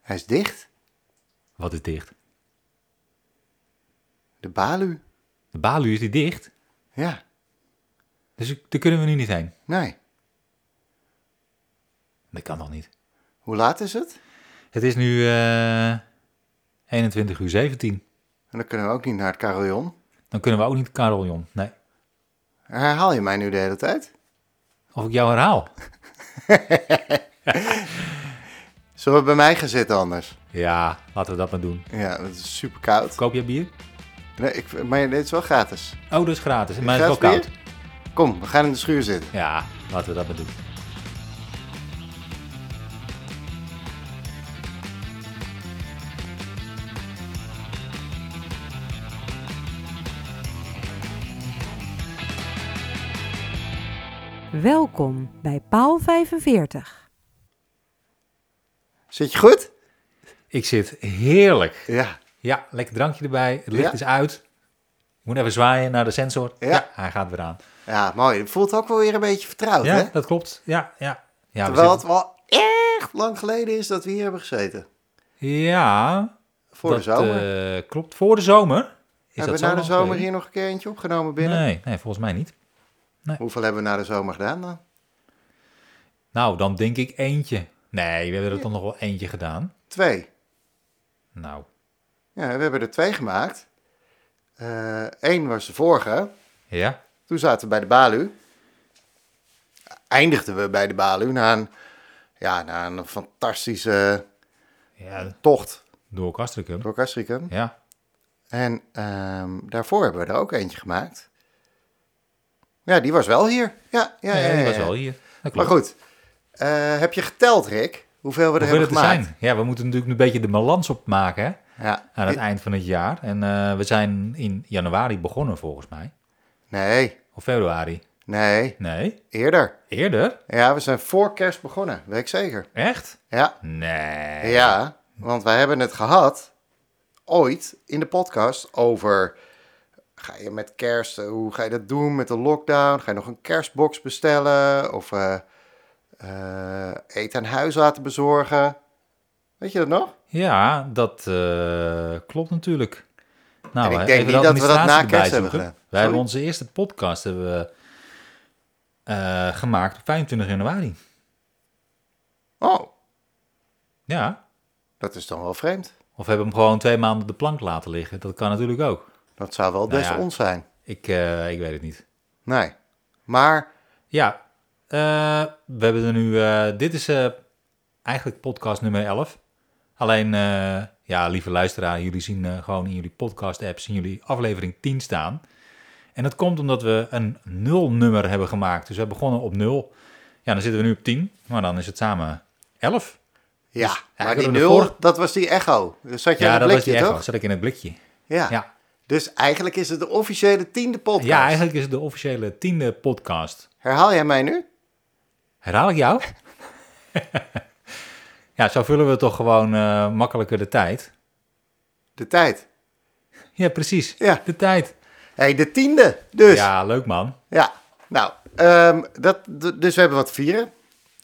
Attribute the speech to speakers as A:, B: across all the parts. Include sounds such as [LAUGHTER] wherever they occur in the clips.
A: Hij is dicht.
B: Wat is dicht?
A: De balu.
B: De balu is die dicht.
A: Ja,
B: Dus ik- daar kunnen we nu niet heen.
A: nee.
B: Dat kan nog niet.
A: Hoe laat is het?
B: Het is nu eh 21 uur 17.
A: En dan kunnen we ook niet naar het carillon.
B: Dan kunnen we ook niet Carillon. Nee.
A: Herhaal je mij nu de hele tijd?
B: Of ik jou herhaal. [LAUGHS]
A: Zullen we bij mij gaan zitten anders?
B: Ja, laten we dat maar doen.
A: Ja, het is super koud.
B: Koop jij bier?
A: Nee, ik, maar dit is wel gratis.
B: Oh, dat is gratis. Maar het is wel
A: Gratis
B: koud.
A: Kom, we gaan in de schuur zitten.
B: Ja, laten we dat maar doen.
C: Welkom bij Paal 45.
A: Zit je goed?
B: Ik zit heerlijk.
A: Ja.
B: Ja, lekker drankje erbij. Het licht
A: Ja.
B: is uit. Moet even zwaaien naar de sensor.
A: Ja.
B: hij gaat weer aan.
A: Ja, mooi. Het voelt ook wel weer een beetje vertrouwd,
B: ja,
A: hè?
B: dat klopt. Ja, ja. Ja, we
A: Terwijl het
B: zitten-
A: wel echt lang geleden is dat we hier hebben gezeten.
B: ja
A: Voor de
B: dat,
A: zomer.
B: eh, klopt. Voor de zomer. Is
A: hebben we
B: zo
A: na de
B: lang
A: zomer
B: geleden?
A: hier nog een keer eentje opgenomen binnen?
B: Nee, nee, volgens mij niet.
A: Hoeveel hebben we na de zomer gedaan dan?
B: Nou, dan denk ik eentje. Nee, we hebben er toch nog wel eentje gedaan.
A: Twee.
B: Nou,
A: Ja, we hebben er twee gemaakt. Eén was de vorige.
B: ja.
A: Toen zaten we bij de Balu. Eindigden we bij de Balu na een, ja, na een fantastische
B: ja
A: tocht
B: door Castricum.
A: door Castricum.
B: Ja.
A: En ehm, daarvoor hebben we er ook eentje gemaakt. Ja, die was wel hier. Ja, ja,
B: Ja,
A: ja,
B: die
A: ja,
B: was
A: ja.
B: wel hier. Dat klopt.
A: Maar goed, eh, heb je geteld, Rick? Hoeveel we er
B: Hoeveel
A: hebben
B: het er
A: gemaakt?
B: zijn. Ja, we moeten natuurlijk een beetje de balans opmaken hè,
A: Ja.
B: aan het
A: I-
B: eind van het jaar. En eh, we zijn in januari begonnen volgens mij.
A: Nee,
B: Of februari.
A: nee,
B: Nee,
A: eerder.
B: eerder?
A: Ja, we zijn voor kerst begonnen, weet ik zeker.
B: Echt?
A: Ja,
B: Nee.
A: ja want wij hebben het gehad ooit in de podcast over... Ga je met kerst, eh, hoe ga je dat doen met de lockdown? Ga je nog een kerstbox bestellen? Of eh, eh, eten aan huis laten bezorgen? Weet je dat nog?
B: Ja, dat eh, klopt natuurlijk. Nou,
A: En ik
B: hè,
A: denk
B: even
A: niet
B: de
A: dat we dat
B: administratie
A: na
B: erbij
A: kerst hebben
B: zoeken.
A: gedaan.
B: Wij hebben
A: Sorry?
B: onze eerste podcast hebben we, eh, gemaakt op 25 januari.
A: Oh,
B: Ja,
A: dat is dan wel vreemd.
B: of hebben we hem gewoon twee maanden op de plank laten liggen. Dat kan natuurlijk ook.
A: Dat zou wel
B: Nou
A: des
B: ja.
A: ons zijn.
B: Ik, eh, ik weet het niet.
A: Nee. Maar
B: Ja, eh, we hebben er nu. eh, dit is eh, eigenlijk podcast nummer 11. Alleen, eh, ja, lieve luisteraar, jullie zien eh, gewoon in jullie podcast-app zien jullie aflevering 10 staan. En dat komt omdat we een nul-nummer hebben gemaakt. Dus we begonnen op 0. Ja, dan zitten we nu op 10. Maar dan is het samen 11.
A: ja,
B: Dus, ja,
A: maar
B: ik
A: die
B: wilde
A: nul,
B: ervoor-
A: dat was die echo. Dus zat je
B: Ja,
A: aan het
B: dat was
A: blikje,
B: die echo.
A: toch?
B: Zat ik in het blikje.
A: Ja.
B: Ja,
A: Dus eigenlijk is het de officiële tiende podcast.
B: ja eigenlijk is het de officiële tiende podcast.
A: Herhaal jij mij nu?
B: Herhaal ik
A: [LAUGHS]
B: jou? [LAUGHS] ja, zo vullen we toch gewoon eh, makkelijker de tijd.
A: De tijd.
B: Ja, precies.
A: Ja.
B: De tijd.
A: Hé, hey, de tiende dus. Ja.
B: Ja, leuk man.
A: Nou, ehm, dat, d- dus we hebben wat te vieren.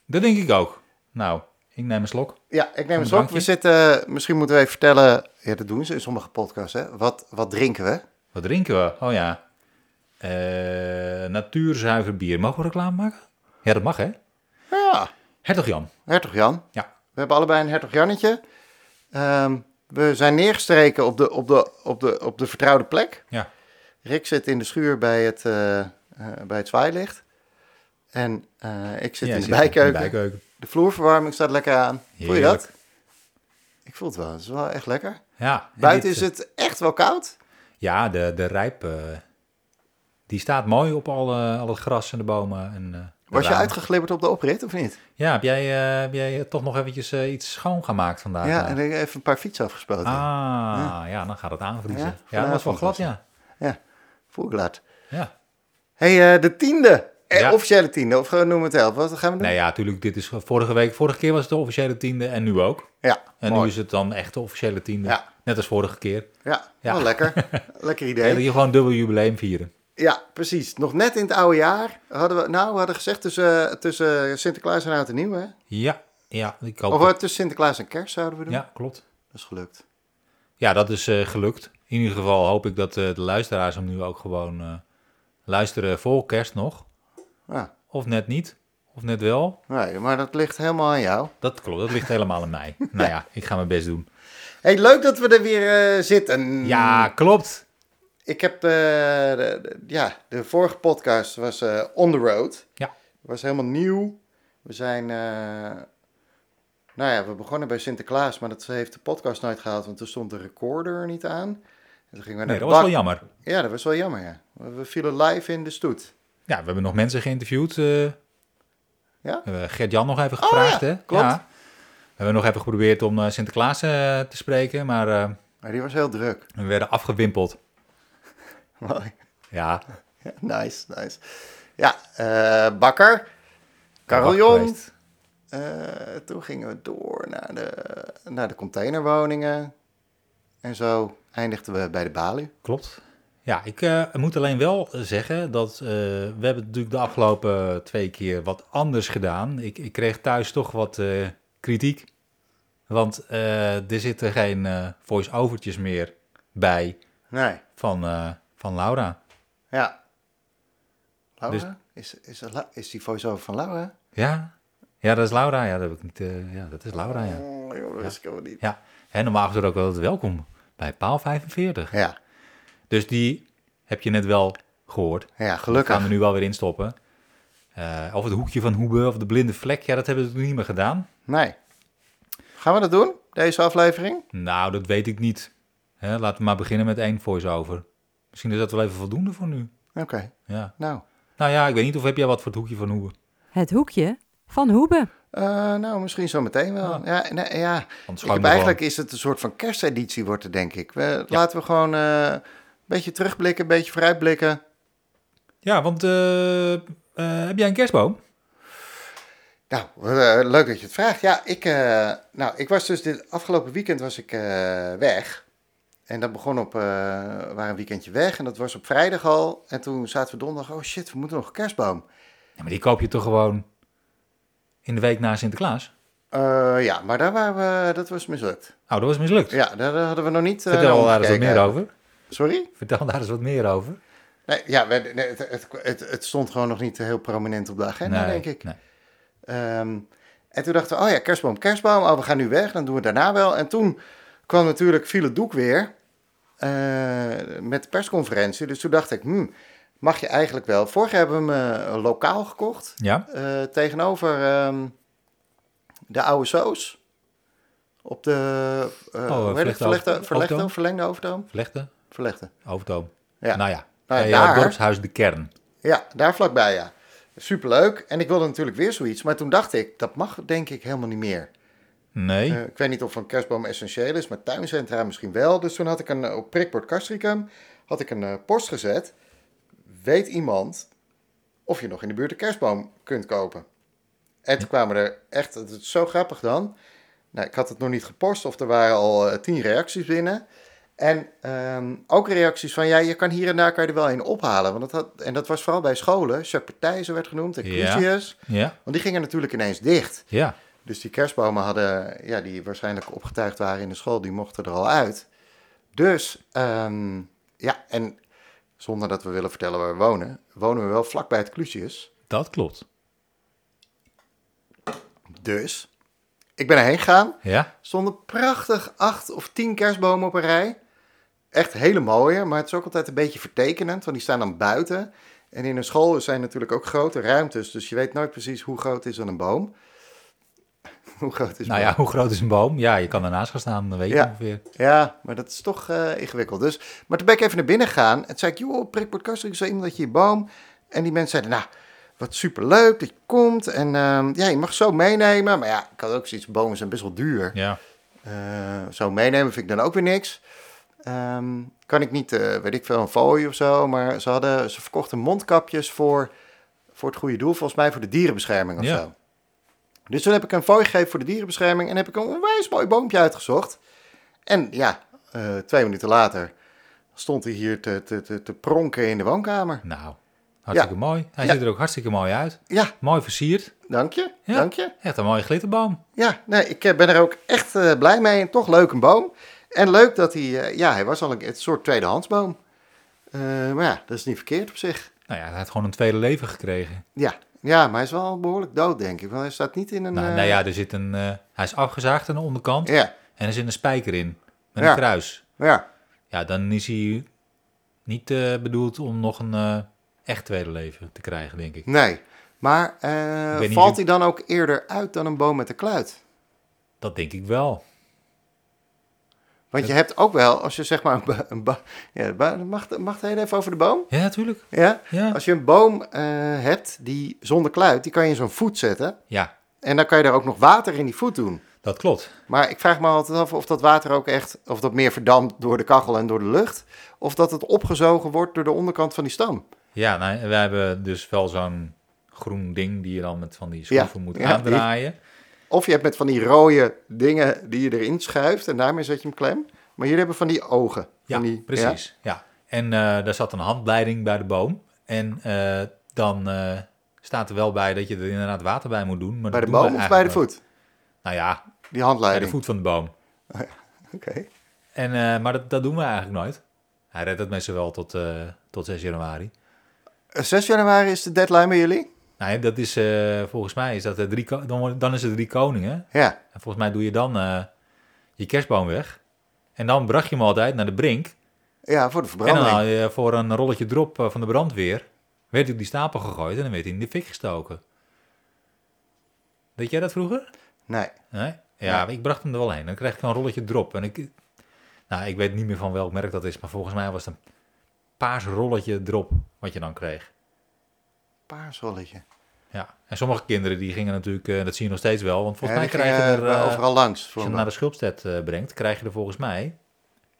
B: Dat denk ik ook. Nou, ik neem een slok.
A: Ja, ik neem
B: Een
A: eens op.
B: drankje?
A: We zitten, eh, misschien moeten we even vertellen, ja, dat doen ze in sommige podcasts, hè. Wat, wat drinken we?
B: Wat drinken we? Oh ja. Eh, natuurzuiver bier. Mogen we reclame maken? Ja, dat mag hè.
A: Ja,
B: Hertog Jan.
A: Hertog Jan.
B: Ja.
A: We hebben allebei een Hertog Jannetje. Ehm, we zijn neergestreken op de, op, de, op, de, op de vertrouwde plek.
B: Ja.
A: Rick zit in de schuur bij het, eh, eh, bij het zwaailicht. En eh, ik zit
B: Ja,
A: in de
B: zit
A: bijkeuken.
B: de bijkeuken.
A: De vloerverwarming staat lekker aan. Voel je
B: Heerlijk.
A: dat? Ik voel het wel. Het is wel echt lekker.
B: Ja. en
A: Buiten
B: dit,
A: is het echt wel koud.
B: eh, Ja, de, de rijp. eh, die staat mooi op alle, al het gras en de bomen. En, eh, de
A: Was je
B: ramen.
A: uitgeglibberd op de oprit of niet?
B: Ja, heb jij, eh, heb jij toch nog eventjes eh, iets schoongemaakt vandaag?
A: ja,
B: eh?
A: en ik heb even een paar fietsen afgespoten.
B: Ah, ja, dan gaat het aanvriezen.
A: Ja,
B: Ja, dat was wel
A: vanavond
B: glad,
A: was
B: ja.
A: Ja, voel ik laat.
B: ja.
A: Hé, hey, eh, de tiende. Eh,
B: Ja.
A: Officiële tiende. Of noem het elf. Wat gaan we doen?
B: Nou ja, natuurlijk, dit is vorige week. Vorige keer was het de officiële tiende en nu ook.
A: Ja,
B: En
A: mooi.
B: nu is het dan echt de officiële tiende.
A: Ja.
B: Net als vorige keer.
A: Ja,
B: Ja.
A: wel
B: [LAUGHS]
A: lekker. lekker
B: Nee.
A: idee.
B: Dat je gewoon dubbel jubileum vieren.
A: Ja, precies. Nog net in het oude jaar hadden we, nou, we hadden gezegd tussen, tussen Sinterklaas en Oud en Nieuw, hè?
B: Ja, Ja, ik hoop
A: Of
B: dat-
A: eh, tussen Sinterklaas en Kerst zouden we doen.
B: ja, klopt.
A: Dat is gelukt.
B: Ja, dat is eh, gelukt. In ieder geval hoop ik dat eh, de luisteraars hem nu ook gewoon eh, luisteren voor kerst nog.
A: Ja.
B: Of net niet. Of net wel.
A: Nee, maar dat ligt helemaal aan jou.
B: Dat klopt, dat ligt helemaal aan
A: [LAUGHS]
B: mij. Nou ja, ik ga mijn best doen.
A: hey, leuk dat we er weer eh, zitten.
B: Ja, klopt.
A: Ik heb, eh, de, de- ja, de vorige podcast was eh, On The Road.
B: Ja.
A: Was helemaal nieuw. We zijn, eh, nou ja, we begonnen bij Sinterklaas, maar dat heeft de podcast nooit gehaald, want toen stond de recorder er niet aan. En toen gingen we naar
B: Nee,
A: de
B: dat was wel
A: bak.
B: jammer.
A: Ja, dat was wel jammer, ja. We we vielen live in de stoet.
B: Ja, we hebben nog mensen geïnterviewd. eh.
A: Ja?
B: We hebben Gert-Jan nog even gevraagd,
A: Oh, ja,
B: hè?
A: klopt.
B: Ja. We hebben nog even geprobeerd om eh, Sinterklaas eh, te spreken, maar eh,
A: Maar die was heel druk. [LAUGHS]
B: we werden afgewimpeld.
A: Mooi.
B: Ja,
A: Ja, [LAUGHS] nice, nice. Ja, eh, bakker,
B: wacht
A: carillon.
B: geweest.
A: Eh, toen gingen we door naar de, naar de containerwoningen. En zo eindigden we bij de balie.
B: Klopt. Ja, ik eh, moet alleen wel zeggen dat eh, we hebben natuurlijk de afgelopen twee keer wat anders gedaan. Ik, ik kreeg thuis toch wat eh, kritiek. Want eh, er zitten geen eh, voice-overtjes meer bij
A: Nee,
B: van, eh, van Laura.
A: ja. Laura?
B: Dus-
A: Is, is, er La- is die voice-over van Laura?
B: Ja? Ja, dat is Laura. Ja, dat heb ik niet. eh, ja, dat is Laura. Ja.
A: Oh, joh, dat wist ik helemaal niet.
B: ja. En normaal gesproken ook altijd welkom bij paal 45.
A: Ja,
B: Dus die heb je net wel gehoord.
A: ja
B: gaan we
A: gelukkig.
B: nu wel weer instoppen. Eh, of het hoekje van Hoebe of de blinde vlek. Ja, dat hebben we natuurlijk niet meer gedaan.
A: Nee. Gaan we dat doen, deze aflevering?
B: Nou, dat weet ik niet. Hè, laten we maar beginnen met één voice-over. Misschien is dat wel even voldoende voor nu.
A: Oké,
B: Ja.
A: nou.
B: Nou ja, ik weet niet of heb jij wat voor het hoekje van Hoebe.
C: Het hoekje van Hoebe.
A: Eh, nou, misschien zo meteen wel. Ja, nee, ja.
B: Anders
A: Ik heb eigenlijk is het een soort van kersteditie wordt het, denk ik. We, Laten we gewoon eh, een beetje terugblikken, een beetje vooruitblikken.
B: Ja, want eh, eh, heb jij een kerstboom?
A: Nou, eh, leuk dat je het vraagt. Ja, ik, eh, nou, ik was dus dit afgelopen weekend was ik eh, weg. En dat begon op, eh, we waren een weekendje weg en dat was op vrijdag al. En toen zaten we donderdag, oh shit, we moeten nog een kerstboom.
B: Ja, maar die koop je toch gewoon in de week na Sinterklaas?
A: Eh, ja, maar daar waren we, dat was mislukt.
B: Oh, dat was mislukt.
A: Ja, daar daar hadden we nog niet. eh,
B: Vertel
A: naar
B: daar eens wat
A: omgekeken.
B: meer over.
A: Sorry?
B: Vertel daar eens wat meer over.
A: Nee, ja, we- nee, het, het, het, het stond gewoon nog niet heel prominent op de agenda,
B: Nee,
A: denk ik.
B: nee.
A: Ehm, en toen dachten we, oh ja, kerstboom, kerstboom. Oh, we gaan nu weg, dan doen we het daarna wel. En toen kwam natuurlijk Viele Doek weer eh, met de persconferentie. Dus toen dacht ik, hmm, mag je eigenlijk wel. Vorig jaar hebben we hem eh, lokaal gekocht.
B: Ja?
A: eh, tegenover ehm, de oude Soos. Op de... eh,
B: Oh,
A: hoe heet het?
B: Vlechte
A: Verlegde,
B: Over-
A: verlegde,
B: Overtoom?
A: verlengde overtoom?
B: Vlechten?
A: Verlegde,
B: Overtoom?
A: ja.
B: Nou ja,
A: Nou
B: bij,
A: ja,
B: eh,
A: daar-
B: dorpshuis De Kern.
A: Ja, daar vlakbij, ja. Superleuk. En ik wilde natuurlijk weer zoiets. Maar toen dacht ik, dat mag denk ik helemaal niet meer.
B: Nee.
A: Eh, ik weet niet of een kerstboom essentieel is, maar tuincentra misschien wel. Dus toen had ik een, eh, op prikbord Castricum had ik een eh, post gezet. Weet iemand of je nog in de buurt een kerstboom kunt kopen? En toen kwamen er echt, het is zo grappig dan. Nou, ik had het nog niet gepost of er waren al eh, tien reacties binnen. En ehm, ook reacties van, ja, je kan hier en daar kan je er wel een ophalen. Want dat had, en dat was vooral bij scholen. Chapertijzen werd genoemd en
B: Ja.
A: Crucius.
B: ja,
A: Want die gingen natuurlijk ineens dicht.
B: ja.
A: Dus die kerstbomen hadden, ja, die waarschijnlijk opgetuigd waren in de school, die mochten er al uit. Dus, ehm, ja, en zonder dat we willen vertellen waar we wonen, wonen we wel vlakbij het Clusius.
B: Dat klopt.
A: Dus, ik ben erheen gegaan,
B: Ja?
A: stonden prachtig acht of tien kerstbomen op een rij. Echt hele mooie, maar het is ook altijd een beetje vertekenend, want die staan dan buiten. En in een school zijn natuurlijk ook grote ruimtes, dus je weet nooit precies hoe groot is dan een boom. [LAUGHS] Hoe groot is
B: nou
A: een
B: ja, hoe groot is een boom? Ja, je kan ernaast gaan staan, dan weet je
A: Ja.
B: ongeveer.
A: Ja, maar dat is toch eh, ingewikkeld. Dus, maar toen ben ik even naar binnen gegaan. En toen zei ik, joh, prikbord Kastrik, zo iemand dat je je boom. En die mensen zeiden, nou, wat superleuk dat je komt. En ehm, ja, je mag zo meenemen. Maar ja, ik had ook zoiets, bomen zijn best wel duur.
B: Ja.
A: Eh, zo meenemen vind ik dan ook weer niks. Ehm, kan ik niet, eh, weet ik veel, een fooi of zo. Maar ze, hadden, ze verkochten mondkapjes voor, voor het goede doel. Volgens mij voor de dierenbescherming of
B: Ja.
A: zo. Dus toen heb ik een fooi gegeven voor de dierenbescherming. En heb ik een onwijs mooi boompje uitgezocht. En ja, eh, twee minuten later stond hij hier te, te, te, te pronken in de woonkamer.
B: Nou, Hartstikke mooi. Hij
A: Ja.
B: ziet er ook hartstikke mooi uit.
A: Ja,
B: Mooi versierd.
A: dank je.
B: Ja.
A: Dank je.
B: Echt een mooie glitterboom.
A: Ja, nee, ik eh, ben er ook echt eh, blij mee. En toch leuk een boom. En leuk dat hij... eh, ja, hij was al een, een soort tweedehandsboom. Eh, maar ja, dat is niet verkeerd op zich.
B: Nou ja, hij heeft gewoon een tweede leven gekregen.
A: Ja. ja, maar hij is wel behoorlijk dood, denk ik. Want hij staat niet in een...
B: Nou,
A: eh,
B: nou ja, er zit een, eh, hij is afgezaagd aan de onderkant
A: Ja,
B: en er zit een spijker in. Met
A: Ja.
B: een kruis.
A: ja.
B: Ja, dan is hij niet eh, bedoeld om nog een eh, echt tweede leven te krijgen, denk ik.
A: Nee. Maar eh,
B: Ik weet niet
A: valt
B: hoe-
A: hij dan ook eerder uit dan een boom met een kluit?
B: Dat denk ik wel.
A: Want je hebt ook wel, als je zeg maar... Een bo- een bo- ja, bo- mag, mag het heel even over de boom?
B: Ja, natuurlijk.
A: Ja?
B: Ja.
A: Als je een boom eh, hebt die zonder kluit, die kan je in zo'n voet zetten.
B: ja,
A: En dan kan je er ook nog water in die voet doen.
B: dat klopt.
A: Maar ik vraag me altijd af of dat water ook echt, of dat meer verdampt door de kachel en door de lucht. Of dat het opgezogen wordt door de onderkant van die stam.
B: Ja, nou, en wij hebben dus wel zo'n groen ding die je dan met van die schroeven moet
A: ja, die.
B: aandraaien.
A: Of je hebt met van die rode dingen die je erin schuift en daarmee zet je hem klem. Maar jullie hebben van die ogen.
B: Ja,
A: van die,
B: precies. Ja. En eh, daar zat een handleiding bij de boom. En eh, dan eh, staat er wel bij dat je er inderdaad water bij moet doen. Maar
A: Ja? Bij
B: dat
A: de
B: doen we
A: boom of bij de
B: eigenlijk nooit.
A: voet?
B: Nou ja,
A: Die
B: bij de
A: handleiding.
B: voet van de boom.
A: Oké.
B: En, eh, maar dat, dat doen we eigenlijk nooit. Hij redt het meestal wel tot, eh, tot 6 januari.
A: Eh, 6 januari is de deadline bij jullie?
B: Nou ja, dat is eh, volgens mij is dat de drie, ko- dan, wordt- dan is het drie koningen.
A: Ja.
B: En volgens mij doe je dan eh, je kerstboom weg. En dan bracht je hem altijd naar de brink.
A: Ja, voor de
B: En dan
A: verbranding.
B: haal je voor een rolletje drop eh, van de brandweer. werd op die stapel gegooid en dan werd hij in de fik gestoken. Deed jij dat vroeger?
A: Nee.
B: Nee? Ja,
A: Ja.
B: ik bracht hem er wel heen. Dan kreeg ik een rolletje drop. En ik, nou, ik weet niet meer van welk merk dat is, maar volgens mij was het een paars rolletje drop wat je dan kreeg.
A: Paarsolletje.
B: Ja. En sommige kinderen die gingen natuurlijk, eh, dat zie je nog steeds wel, want volgens
A: Ja,
B: mij
A: die
B: krijg je
A: gingen,
B: er,
A: eh,
B: eh,
A: overal langs.
B: als
A: Voor
B: je hem
A: me.
B: naar de Schulpstedt eh, brengt, krijg je er volgens mij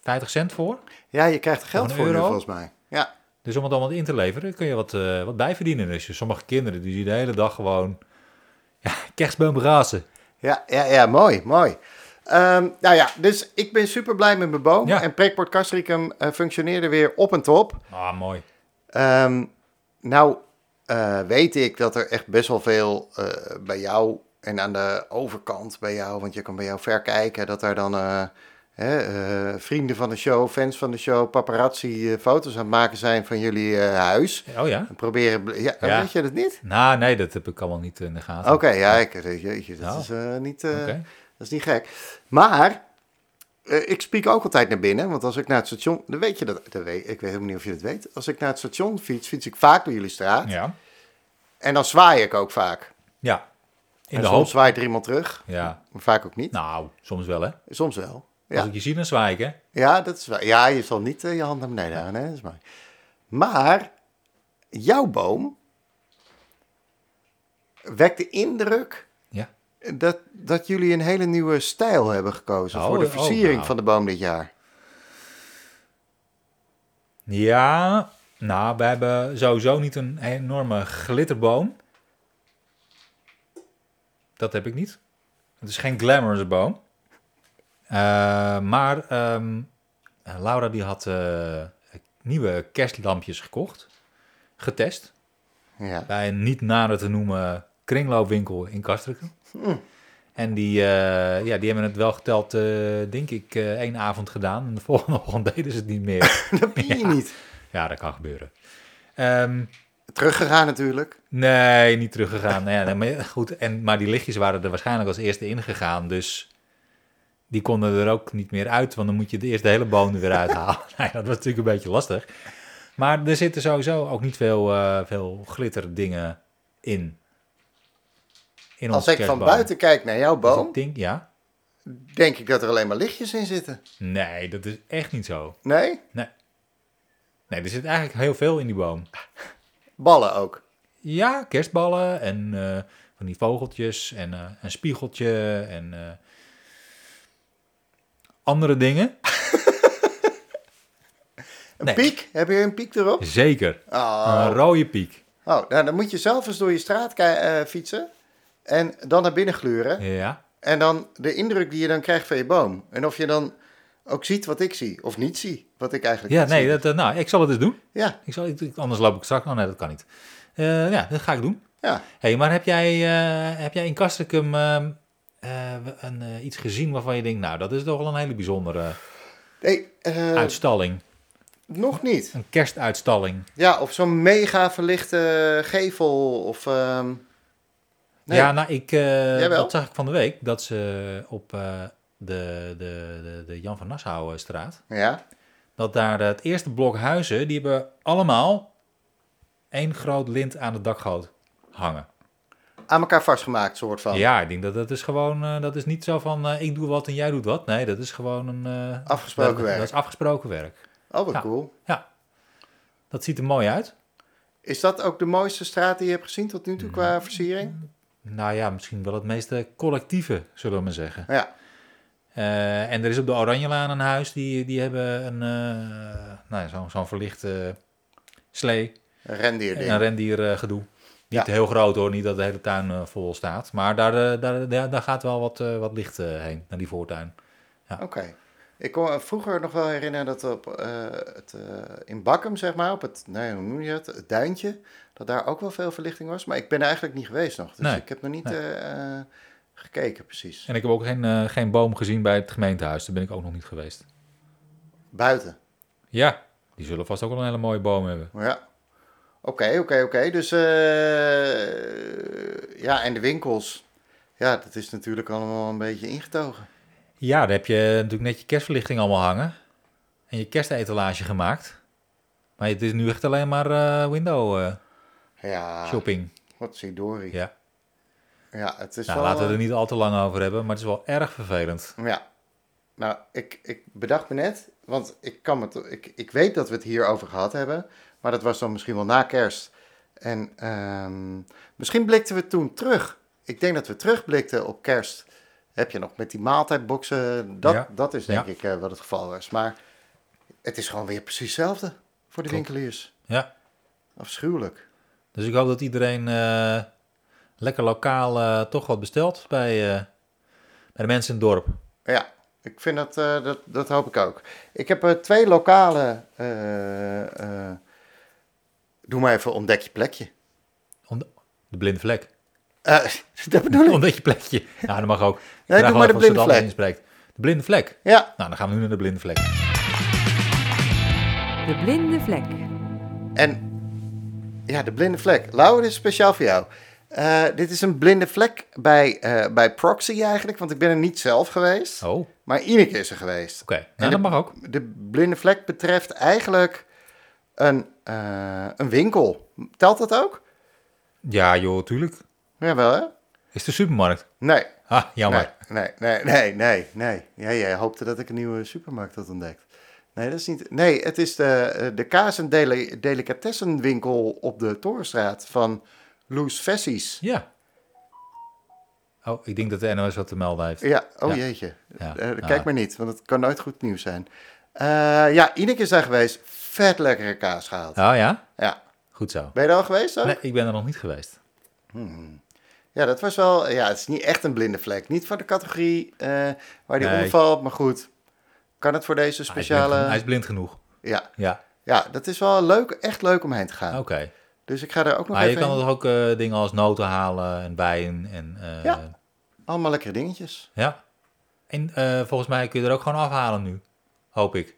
B: 50 cent voor.
A: Ja, je krijgt er geld
B: Of een
A: voor nu,
B: euro?
A: volgens mij. Ja.
B: Dus om het allemaal in te leveren, kun je wat, eh wat bijverdienen. Dus je- sommige kinderen die zien de hele dag gewoon ja, kerstboom razen.
A: Ja, ja, ja, mooi, mooi. Ehm, nou ja, dus ik ben super blij met mijn boom.
B: Ja.
A: En Preekport Castricum eh, functioneerde weer op en top.
B: Ah, mooi.
A: Ehm, nou, eh, weet ik dat er echt best wel veel eh, bij jou en aan de overkant bij jou, want je kan bij jou ver kijken, dat daar dan eh, hè, eh, vrienden van de show, fans van de show, paparazzi eh, foto's aan het maken zijn van jullie eh, huis.
B: Oh ja?
A: En proberen. bl- Ja,
B: Ja.
A: weet je dat niet?
B: Nou, nee, dat heb ik allemaal niet in de gaten.
A: Oké, ja, ik, jeetje, dat
B: Nou.
A: is eh, niet. eh,
B: Oké.
A: dat is niet gek. Maar eh, ik spreek ook altijd naar binnen. Want als ik naar het station. Dan weet je dat. dat weet, ik weet helemaal niet of je dat weet. Als ik naar het station fiets, fiets ik vaak door jullie straat.
B: Ja.
A: En dan zwaai ik ook vaak.
B: ja. In
A: en
B: de
A: soms
B: hoop.
A: zwaait er iemand terug.
B: Ja.
A: Maar vaak ook niet.
B: Nou, soms wel, hè?
A: Soms wel. Ja,
B: Als ik je zie, dan zwaai ik, hè?
A: ja, dat is waar. ja je zal niet eh, je hand naar beneden houden. Hè? Dat is mooi. Maar jouw boom wekt de indruk
B: Ja.
A: dat, dat jullie een hele nieuwe stijl hebben gekozen
B: Oh,
A: voor de
B: oh,
A: versiering
B: nou.
A: van de boom dit jaar.
B: Ja, nou, we hebben sowieso niet een enorme glitterboom. Dat heb ik niet. Het is geen glamorous boom. Eh, maar ehm, Laura die had eh, nieuwe kerstlampjes gekocht. Getest.
A: Ja.
B: [LAUGHS] Bij een niet nader te noemen kringloopwinkel in Kastrikum. En die, eh, ja, die hebben het wel geteld, eh, denk ik, eh, één avond gedaan. En de volgende [LAUGHS] ochtend deden ze het niet meer.
A: Dat ben je niet.
B: Ja, dat kan gebeuren. Ehm,
A: Teruggegaan natuurlijk.
B: nee, niet teruggegaan. nou ja, nee, maar goed, en, maar die lichtjes waren er waarschijnlijk als eerste ingegaan. Dus die konden er ook niet meer uit. Want dan moet je de eerste hele boom er weer uithalen. [LAUGHS] nee, dat was natuurlijk een beetje lastig. Maar er zitten sowieso ook niet veel, eh veel glitterdingen in. in
A: Als
B: onze
A: ik van
B: kerstboom.
A: buiten kijk naar jouw
B: Dus ik
A: boom,
B: denk, ja.
A: denk ik dat er alleen maar lichtjes in zitten.
B: Nee, dat is echt niet zo.
A: Nee?
B: Nee, er zit eigenlijk heel veel in die boom.
A: Ballen ook.
B: Ja, kerstballen en eh, van die vogeltjes en eh, een spiegeltje en eh, andere dingen.
A: Een
B: Nee. Ah,
A: piek? Heb je een piek erop?
B: Zeker. Een
A: Oh,
B: rode piek.
A: oh nou, dan moet je zelf eens door je straat ki- eh, fietsen. En dan naar binnen gluren.
B: Ja.
A: En dan de indruk die je dan krijgt van je boom. En of je dan ook ziet wat ik zie. Of niet zie wat ik eigenlijk
B: Ja,
A: niet
B: nee,
A: zie.
B: dat, eh, nou, ik zal het dus doen.
A: Ja,
B: Ik zal, ik- ik- anders loop ik straks. Oh nee, dat kan niet. Eh, ja, dat ga ik doen.
A: ja.
B: hey, maar heb jij, eh, heb jij in Castricum ehm, eh, een, eh, iets gezien waarvan je denkt, nou, dat is toch wel een hele bijzondere
A: Nee, eh,
B: uitstalling.
A: nog niet.
B: Een kerstuitstalling.
A: Ja, of zo'n mega verlichte gevel of... ehm, nee.
B: Ja, nou, ik, eh,
A: Jawel.
B: dat zag ik van de week. Dat ze op eh, de, de, de, de Jan van Nassau straat,
A: ja,
B: dat daar het eerste blok huizen, die hebben allemaal één groot lint aan het dakgoot hangen.
A: aan elkaar vastgemaakt soort van.
B: Ja, ik denk dat dat is gewoon, eh, dat is niet zo van eh, ik doe wat en jij doet wat. Nee, dat is gewoon een... eh,
A: Afgesproken
B: dat-
A: werk.
B: Dat is afgesproken werk.
A: Oh, wat
B: Ja.
A: cool.
B: Dat ziet er mooi uit.
A: Is dat ook de mooiste straat die je hebt gezien tot nu toe qua versiering?
B: Nou ja, misschien wel het meeste collectieve, zullen we maar zeggen.
A: Ja.
B: Eh, en er is op de Oranjelaan een huis, die, die hebben een, eh, nou, ja, zo'n zo'n verlichte slee.
A: Een rendierding.
B: En een rendiergedoe. Niet
A: Ja.
B: heel groot hoor, niet dat de hele tuin eh, vol staat. Maar daar, eh, daar, daar, daar gaat wel wat, eh, wat licht eh, heen, naar die voortuin.
A: Oké. Ik kon me vroeger nog wel herinneren dat op, eh, het, eh, in Bakkum, zeg maar, op het, nee, hoe noem je het, het duintje, dat daar ook wel veel verlichting was. Maar ik ben er eigenlijk niet geweest nog. Dus
B: Nee.
A: ik heb nog niet
B: Nee.
A: eh, eh, gekeken, precies.
B: En ik heb ook geen, eh, geen boom gezien bij het gemeentehuis. Daar ben ik ook nog niet geweest.
A: Buiten.
B: Ja, die zullen vast ook wel een hele mooie boom hebben.
A: Ja. Oké, oké, oké. Dus eh, ja, en de winkels. Ja, dat is natuurlijk allemaal een beetje ingetogen.
B: Ja, daar heb je natuurlijk net je kerstverlichting allemaal hangen. En je kerstetalage gemaakt. Maar het is nu echt alleen maar eh, window eh,
A: Ja,
B: shopping.
A: wat Dorie. Ja.
B: Ja.
A: het is
B: Nou,
A: wel...
B: laten we
A: eh,
B: er niet al te lang over hebben, maar het is wel erg vervelend.
A: Ja. Nou, ik, ik bedacht me net, want ik, kan het, ik, ik weet dat we het hierover gehad hebben, maar dat was dan misschien wel na kerst. En ehm, misschien blikten we toen terug. Ik denk dat we terugblikten op kerst. Heb je nog met die maaltijdboxen? Dat,
B: Ja.
A: dat is denk
B: Ja.
A: ik eh, wat het geval was. Maar het is gewoon weer precies hetzelfde voor de
B: Klopt.
A: winkeliers.
B: Ja.
A: Afschuwelijk.
B: Dus ik hoop dat iedereen eh, lekker lokaal eh, toch wat bestelt bij, eh, bij de mensen in het dorp.
A: Ja, ik vind dat, eh, dat, dat hoop ik ook. Ik heb eh, twee lokale. eh, eh, doe maar even ontdek je plekje.
B: Om de, de blinde vlek.
A: Eh, [LAUGHS] dat bedoel ik.
B: [LAUGHS] Omdat je plekje. Nou, dat mag ook. Ik
A: doe
B: vraag wel
A: maar de
B: even of ze het
A: blinde
B: anders
A: vlek.
B: inspreekt. De blinde vlek.
A: Ja,
B: Nou, dan gaan we nu naar de blinde vlek.
C: De blinde vlek.
A: en ja, de blinde vlek. Lau, dit is speciaal voor jou. Eh, dit is een blinde vlek bij, eh, bij Proxy eigenlijk, want ik ben er niet zelf geweest.
B: Oh, oké.
A: Maar Ineke is er geweest.
B: Nou,
A: de-
B: dat mag ook.
A: De blinde vlek betreft eigenlijk een, eh, een winkel. Telt dat ook?
B: Ja, joh, tuurlijk.
A: Jawel, hè?
B: Is de supermarkt.
A: Nee.
B: Ah, jammer.
A: Nee, nee, nee, nee, nee. nee. Ja, jij hoopte dat ik een nieuwe supermarkt had ontdekt. Nee, dat is niet... Nee, het is de, eh, de kaas- en dele- delicatessenwinkel op de Torenstraat van Loes Vessies.
B: Ja. Oh, ik denk dat de NOS wat te melden heeft.
A: Ja, oh
B: Ja.
A: jeetje.
B: Ja.
A: Eh,
B: Ah.
A: kijk maar niet, want het kan nooit goed nieuws zijn. Eh, ja, Ineke is daar geweest. Vet lekkere kaas gehaald. Ja.
B: Oh ja? Goed zo.
A: Ben je daar al geweest ook?
B: Nee, ik ben er nog niet geweest.
A: Ja, dat was wel... Ja, het is niet echt een blinde vlek. Niet van de categorie eh, waar die
B: Nee.
A: omvalt, maar goed. Kan het voor deze
B: Ah, hij is blind
A: speciale...
B: geno- Hij is blind genoeg.
A: Ja,
B: Ja,
A: Ja, dat is wel leuk, echt leuk om heen te gaan.
B: oké.
A: Dus ik ga er ook nog
B: Oh. Maar je
A: even
B: kan
A: heen.
B: toch ook eh, dingen als noten halen en bijen en... eh,
A: Ja. Allemaal lekkere dingetjes.
B: ja. En eh, volgens mij kun je er ook gewoon afhalen nu. Hoop ik.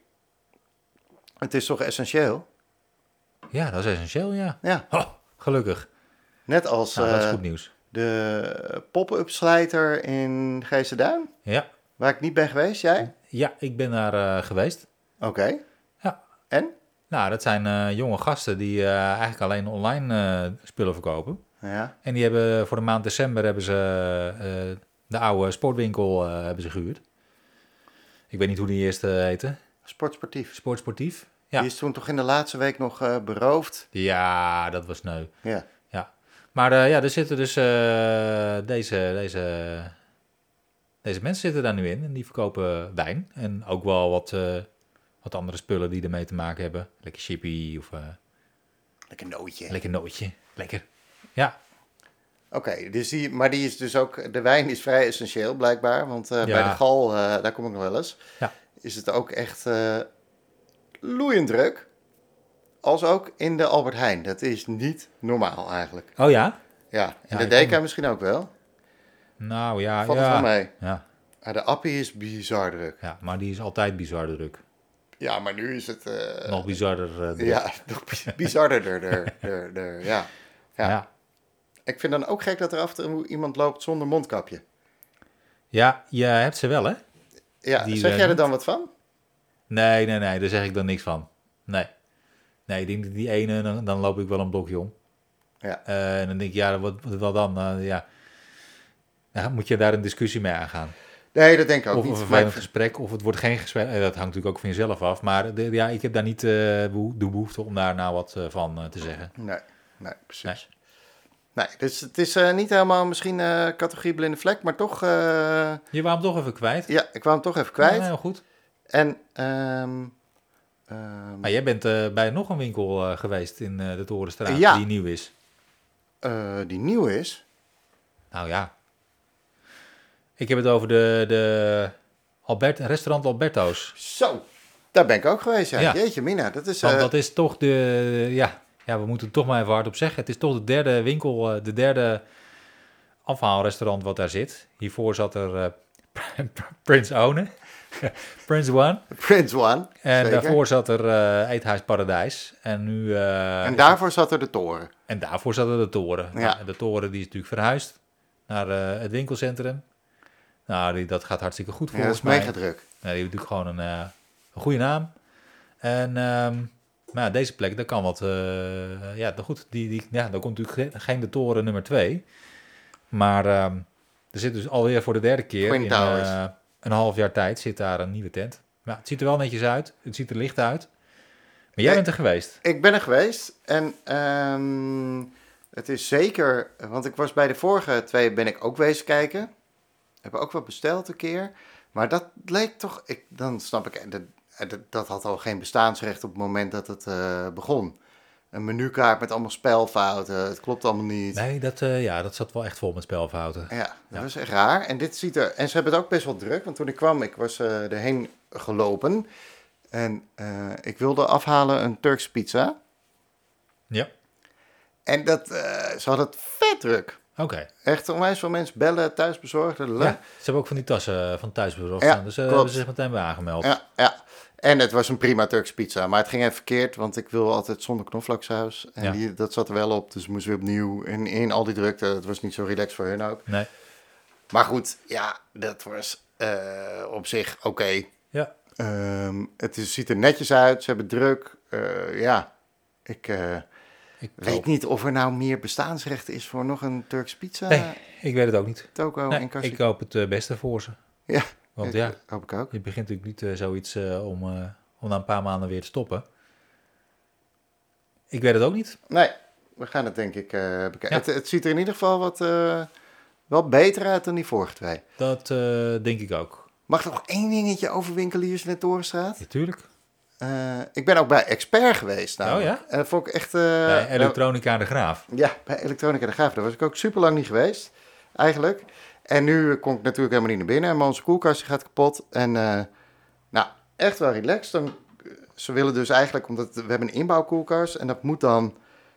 A: Het is toch essentieel?
B: Ja, dat is essentieel, ja.
A: Ja,
B: Oh, gelukkig.
A: net als
B: Nou, dat is
A: eh,
B: goed nieuws.
A: de pop-up slijter in Duin,
B: Ja,
A: waar ik niet ben geweest. Jij?
B: ja ik ben daar eh, geweest.
A: Oké.
B: Ja.
A: En?
B: Nou, dat zijn eh, jonge gasten die eh, eigenlijk alleen online eh, spullen verkopen.
A: Ja.
B: En die hebben voor de maand december hebben ze eh, de oude sportwinkel eh, hebben ze gehuurd. Ik weet niet hoe die eerste heette.
A: Sportsportief.
B: Sportsportief? Ja.
A: Die is toen toch in de laatste week nog eh, beroofd?
B: Ja, dat was neu.
A: Ja.
B: Maar eh, ja, er zitten dus eh, deze, deze, deze mensen zitten daar nu in en die verkopen wijn. En ook wel wat, eh, wat andere spullen die ermee te maken hebben. Lekker chippy of eh,
A: Lekker nootje.
B: lekker nootje. Lekker. Ja,
A: Oké, dus die, maar die is dus ook, de wijn is vrij essentieel blijkbaar, want eh, bij
B: Ja.
A: de gal, eh, daar kom ik nog wel eens,
B: Ja.
A: is het ook echt eh loeiend druk. Als ook in de Albert Heijn. Dat is niet normaal eigenlijk.
B: Oh ja?
A: Ja, en
B: Ja,
A: de
B: ik kan
A: DK misschien ook wel.
B: Nou ja,
A: Valt het
B: ja.
A: wel mee.
B: ja.
A: Maar de Appie is bizar druk.
B: Ja, maar die is altijd bizar druk.
A: Ja, maar nu is het... eh,
B: Nog bizarder eh, druk. [LAUGHS]
A: ja, nog bi- bizarderder. der- der- der, ja.
B: Ja.
A: Ja.
B: Ja.
A: Ik vind dan ook gek dat er af en toe iemand loopt zonder mondkapje.
B: je hebt ze wel, hè?
A: Ja,
B: Die
A: zeg
B: wij
A: jij er
B: niet.
A: dan wat van?
B: Nee, nee, nee, daar zeg ik dan niks van. Nee. Nee, ik denk dat die ene, dan, dan loop ik wel een blokje om.
A: Ja.
B: Eh, en dan denk ik, ja, wat, wat, wat dan? Eh, ja. Nou, moet je daar een discussie mee aangaan?
A: Nee, dat denk ik ook
B: Of een
A: niet.
B: vervelend
A: Maar
B: gesprek, of het wordt geen gesprek. Eh, Dat hangt natuurlijk ook van jezelf af. Maar de- ja, ik heb daar niet eh, beho- de behoefte om daar nou wat eh, van eh, te zeggen.
A: Nee, nee, precies. Nee, dus het is eh, niet helemaal misschien eh categorie blinde vlek, maar toch, eh,
B: Je wou hem toch even kwijt.
A: ja, ik kwam hem toch even kwijt.
B: Ja, nou, heel goed.
A: En, ehm, ehm,
B: Maar jij bent eh, bij nog een winkel eh, geweest in eh, de Torenstraat
A: Ja.
B: die nieuw is.
A: eh, die nieuw is,
B: Nou ja. Ik heb het over de, de Albert, restaurant Alberto's.
A: zo, daar ben ik ook geweest. Ja.
B: Ja.
A: Jeetje mina, dat is,
B: Want
A: eh,
B: dat is toch de... Ja, ja, we moeten het toch maar even hardop zeggen. Het is toch de derde winkel, eh, de derde afhaalrestaurant wat daar zit. Hiervoor zat er eh, [LAUGHS] Prins One. [LAUGHS] Prins One.
A: Prince One.
B: En
A: zeker.
B: daarvoor zat er eh, Eethuis Paradijs. En nu... eh,
A: en daarvoor zat er de toren.
B: En daarvoor zaten de toren.
A: Ja.
B: Nou, de toren die is natuurlijk verhuisd naar eh, het winkelcentrum. Nou, die, dat gaat hartstikke goed
A: Ja, dat is
B: volgens mij.
A: mega druk.
B: Nou, die heeft natuurlijk gewoon een, eh, een goede naam. En ehm, maar ja, deze plek, daar kan wat... eh, ja, nou goed, die, die, ja, daar komt natuurlijk ge- geen de toren nummer twee. Maar ehm, er zit dus alweer voor de derde keer...
A: Twin
B: in
A: Towers.
B: eh, een half jaar tijd zit daar een nieuwe tent. Maar het ziet er wel netjes uit. Het ziet er licht uit. Maar jij
A: Eh,
B: bent er geweest.
A: Ik ben er geweest en ehm, het is zeker, want ik was bij de vorige twee ben ik ook wezen kijken. Hebben ook wat besteld een keer. Maar dat leek toch, ik, dan snap ik, eh, dat, eh, dat- dat had al geen bestaansrecht op het moment dat het eh, begon. Een menukaart met allemaal spelfouten, het klopt allemaal niet.
B: Nee, dat, eh, ja, dat zat wel echt vol met spelfouten.
A: Ja, dat
B: Ja.
A: was echt raar. En dit ziet er. En ze hebben het ook best wel druk, want toen ik kwam, ik was eh, erheen gelopen. En eh, ik wilde afhalen een Turks pizza.
B: Ja.
A: En dat, eh, ze hadden het vet druk.
B: Oké.
A: Echt onwijs veel mensen bellen, thuisbezorgd.
B: Ja,
A: Ja.
B: ze hebben ook van die tassen van thuisbezorgd
A: Ja,
B: staan. Dus eh,
A: klopt.
B: hebben ze zich meteen bij aangemeld.
A: Ja, ja. En het was een prima Turks pizza. Maar het ging even verkeerd, want ik wil altijd zonder knoflooksaus. En
B: Ja.
A: die, dat zat er wel op, dus moest weer opnieuw. En in al die drukte, het was niet zo relaxed voor hun ook.
B: Nee.
A: Maar goed, ja, dat was eh, op zich oké.
B: Ja.
A: Ehm, het is, ziet er netjes uit, ze hebben druk. Eh, ja, ik eh,
B: Ik,
A: weet niet of er nou meer bestaansrecht is voor nog een Turks pizza
B: Nee,
A: Eh,
B: ik weet het ook niet.
A: toko
B: Nee,
A: en kassie.
B: ik hoop het eh, beste voor ze.
A: Ja,
B: Want ja,
A: hoop ik ook.
B: je begint natuurlijk niet eh, zoiets eh, om, eh, om na een paar maanden weer te stoppen. Ik weet het ook niet.
A: Nee, we gaan het denk ik eh, bekijken.
B: Ja.
A: Het, het ziet er in ieder geval wat eh, wel beter uit dan die vorige twee.
B: Dat eh, denk ik ook.
A: Mag nog één dingetje over winkeliers in de Torenstraat?
B: Natuurlijk.
A: Eh, ik ben ook bij Expert geweest. namelijk.
B: Oh ja?
A: En dat vond ik echt... eh,
B: Bij
A: nou-
B: Elektronica de Graaf.
A: Ja, bij Elektronica de Graaf. Daar was ik ook super lang niet geweest, eigenlijk. En nu eh, kon ik natuurlijk helemaal niet naar binnen. Maar onze koelkastje gaat kapot. En eh, nou, echt wel relaxed. Dan, ze willen dus eigenlijk, omdat we hebben een inbouwkoelkast. En dat moet dan,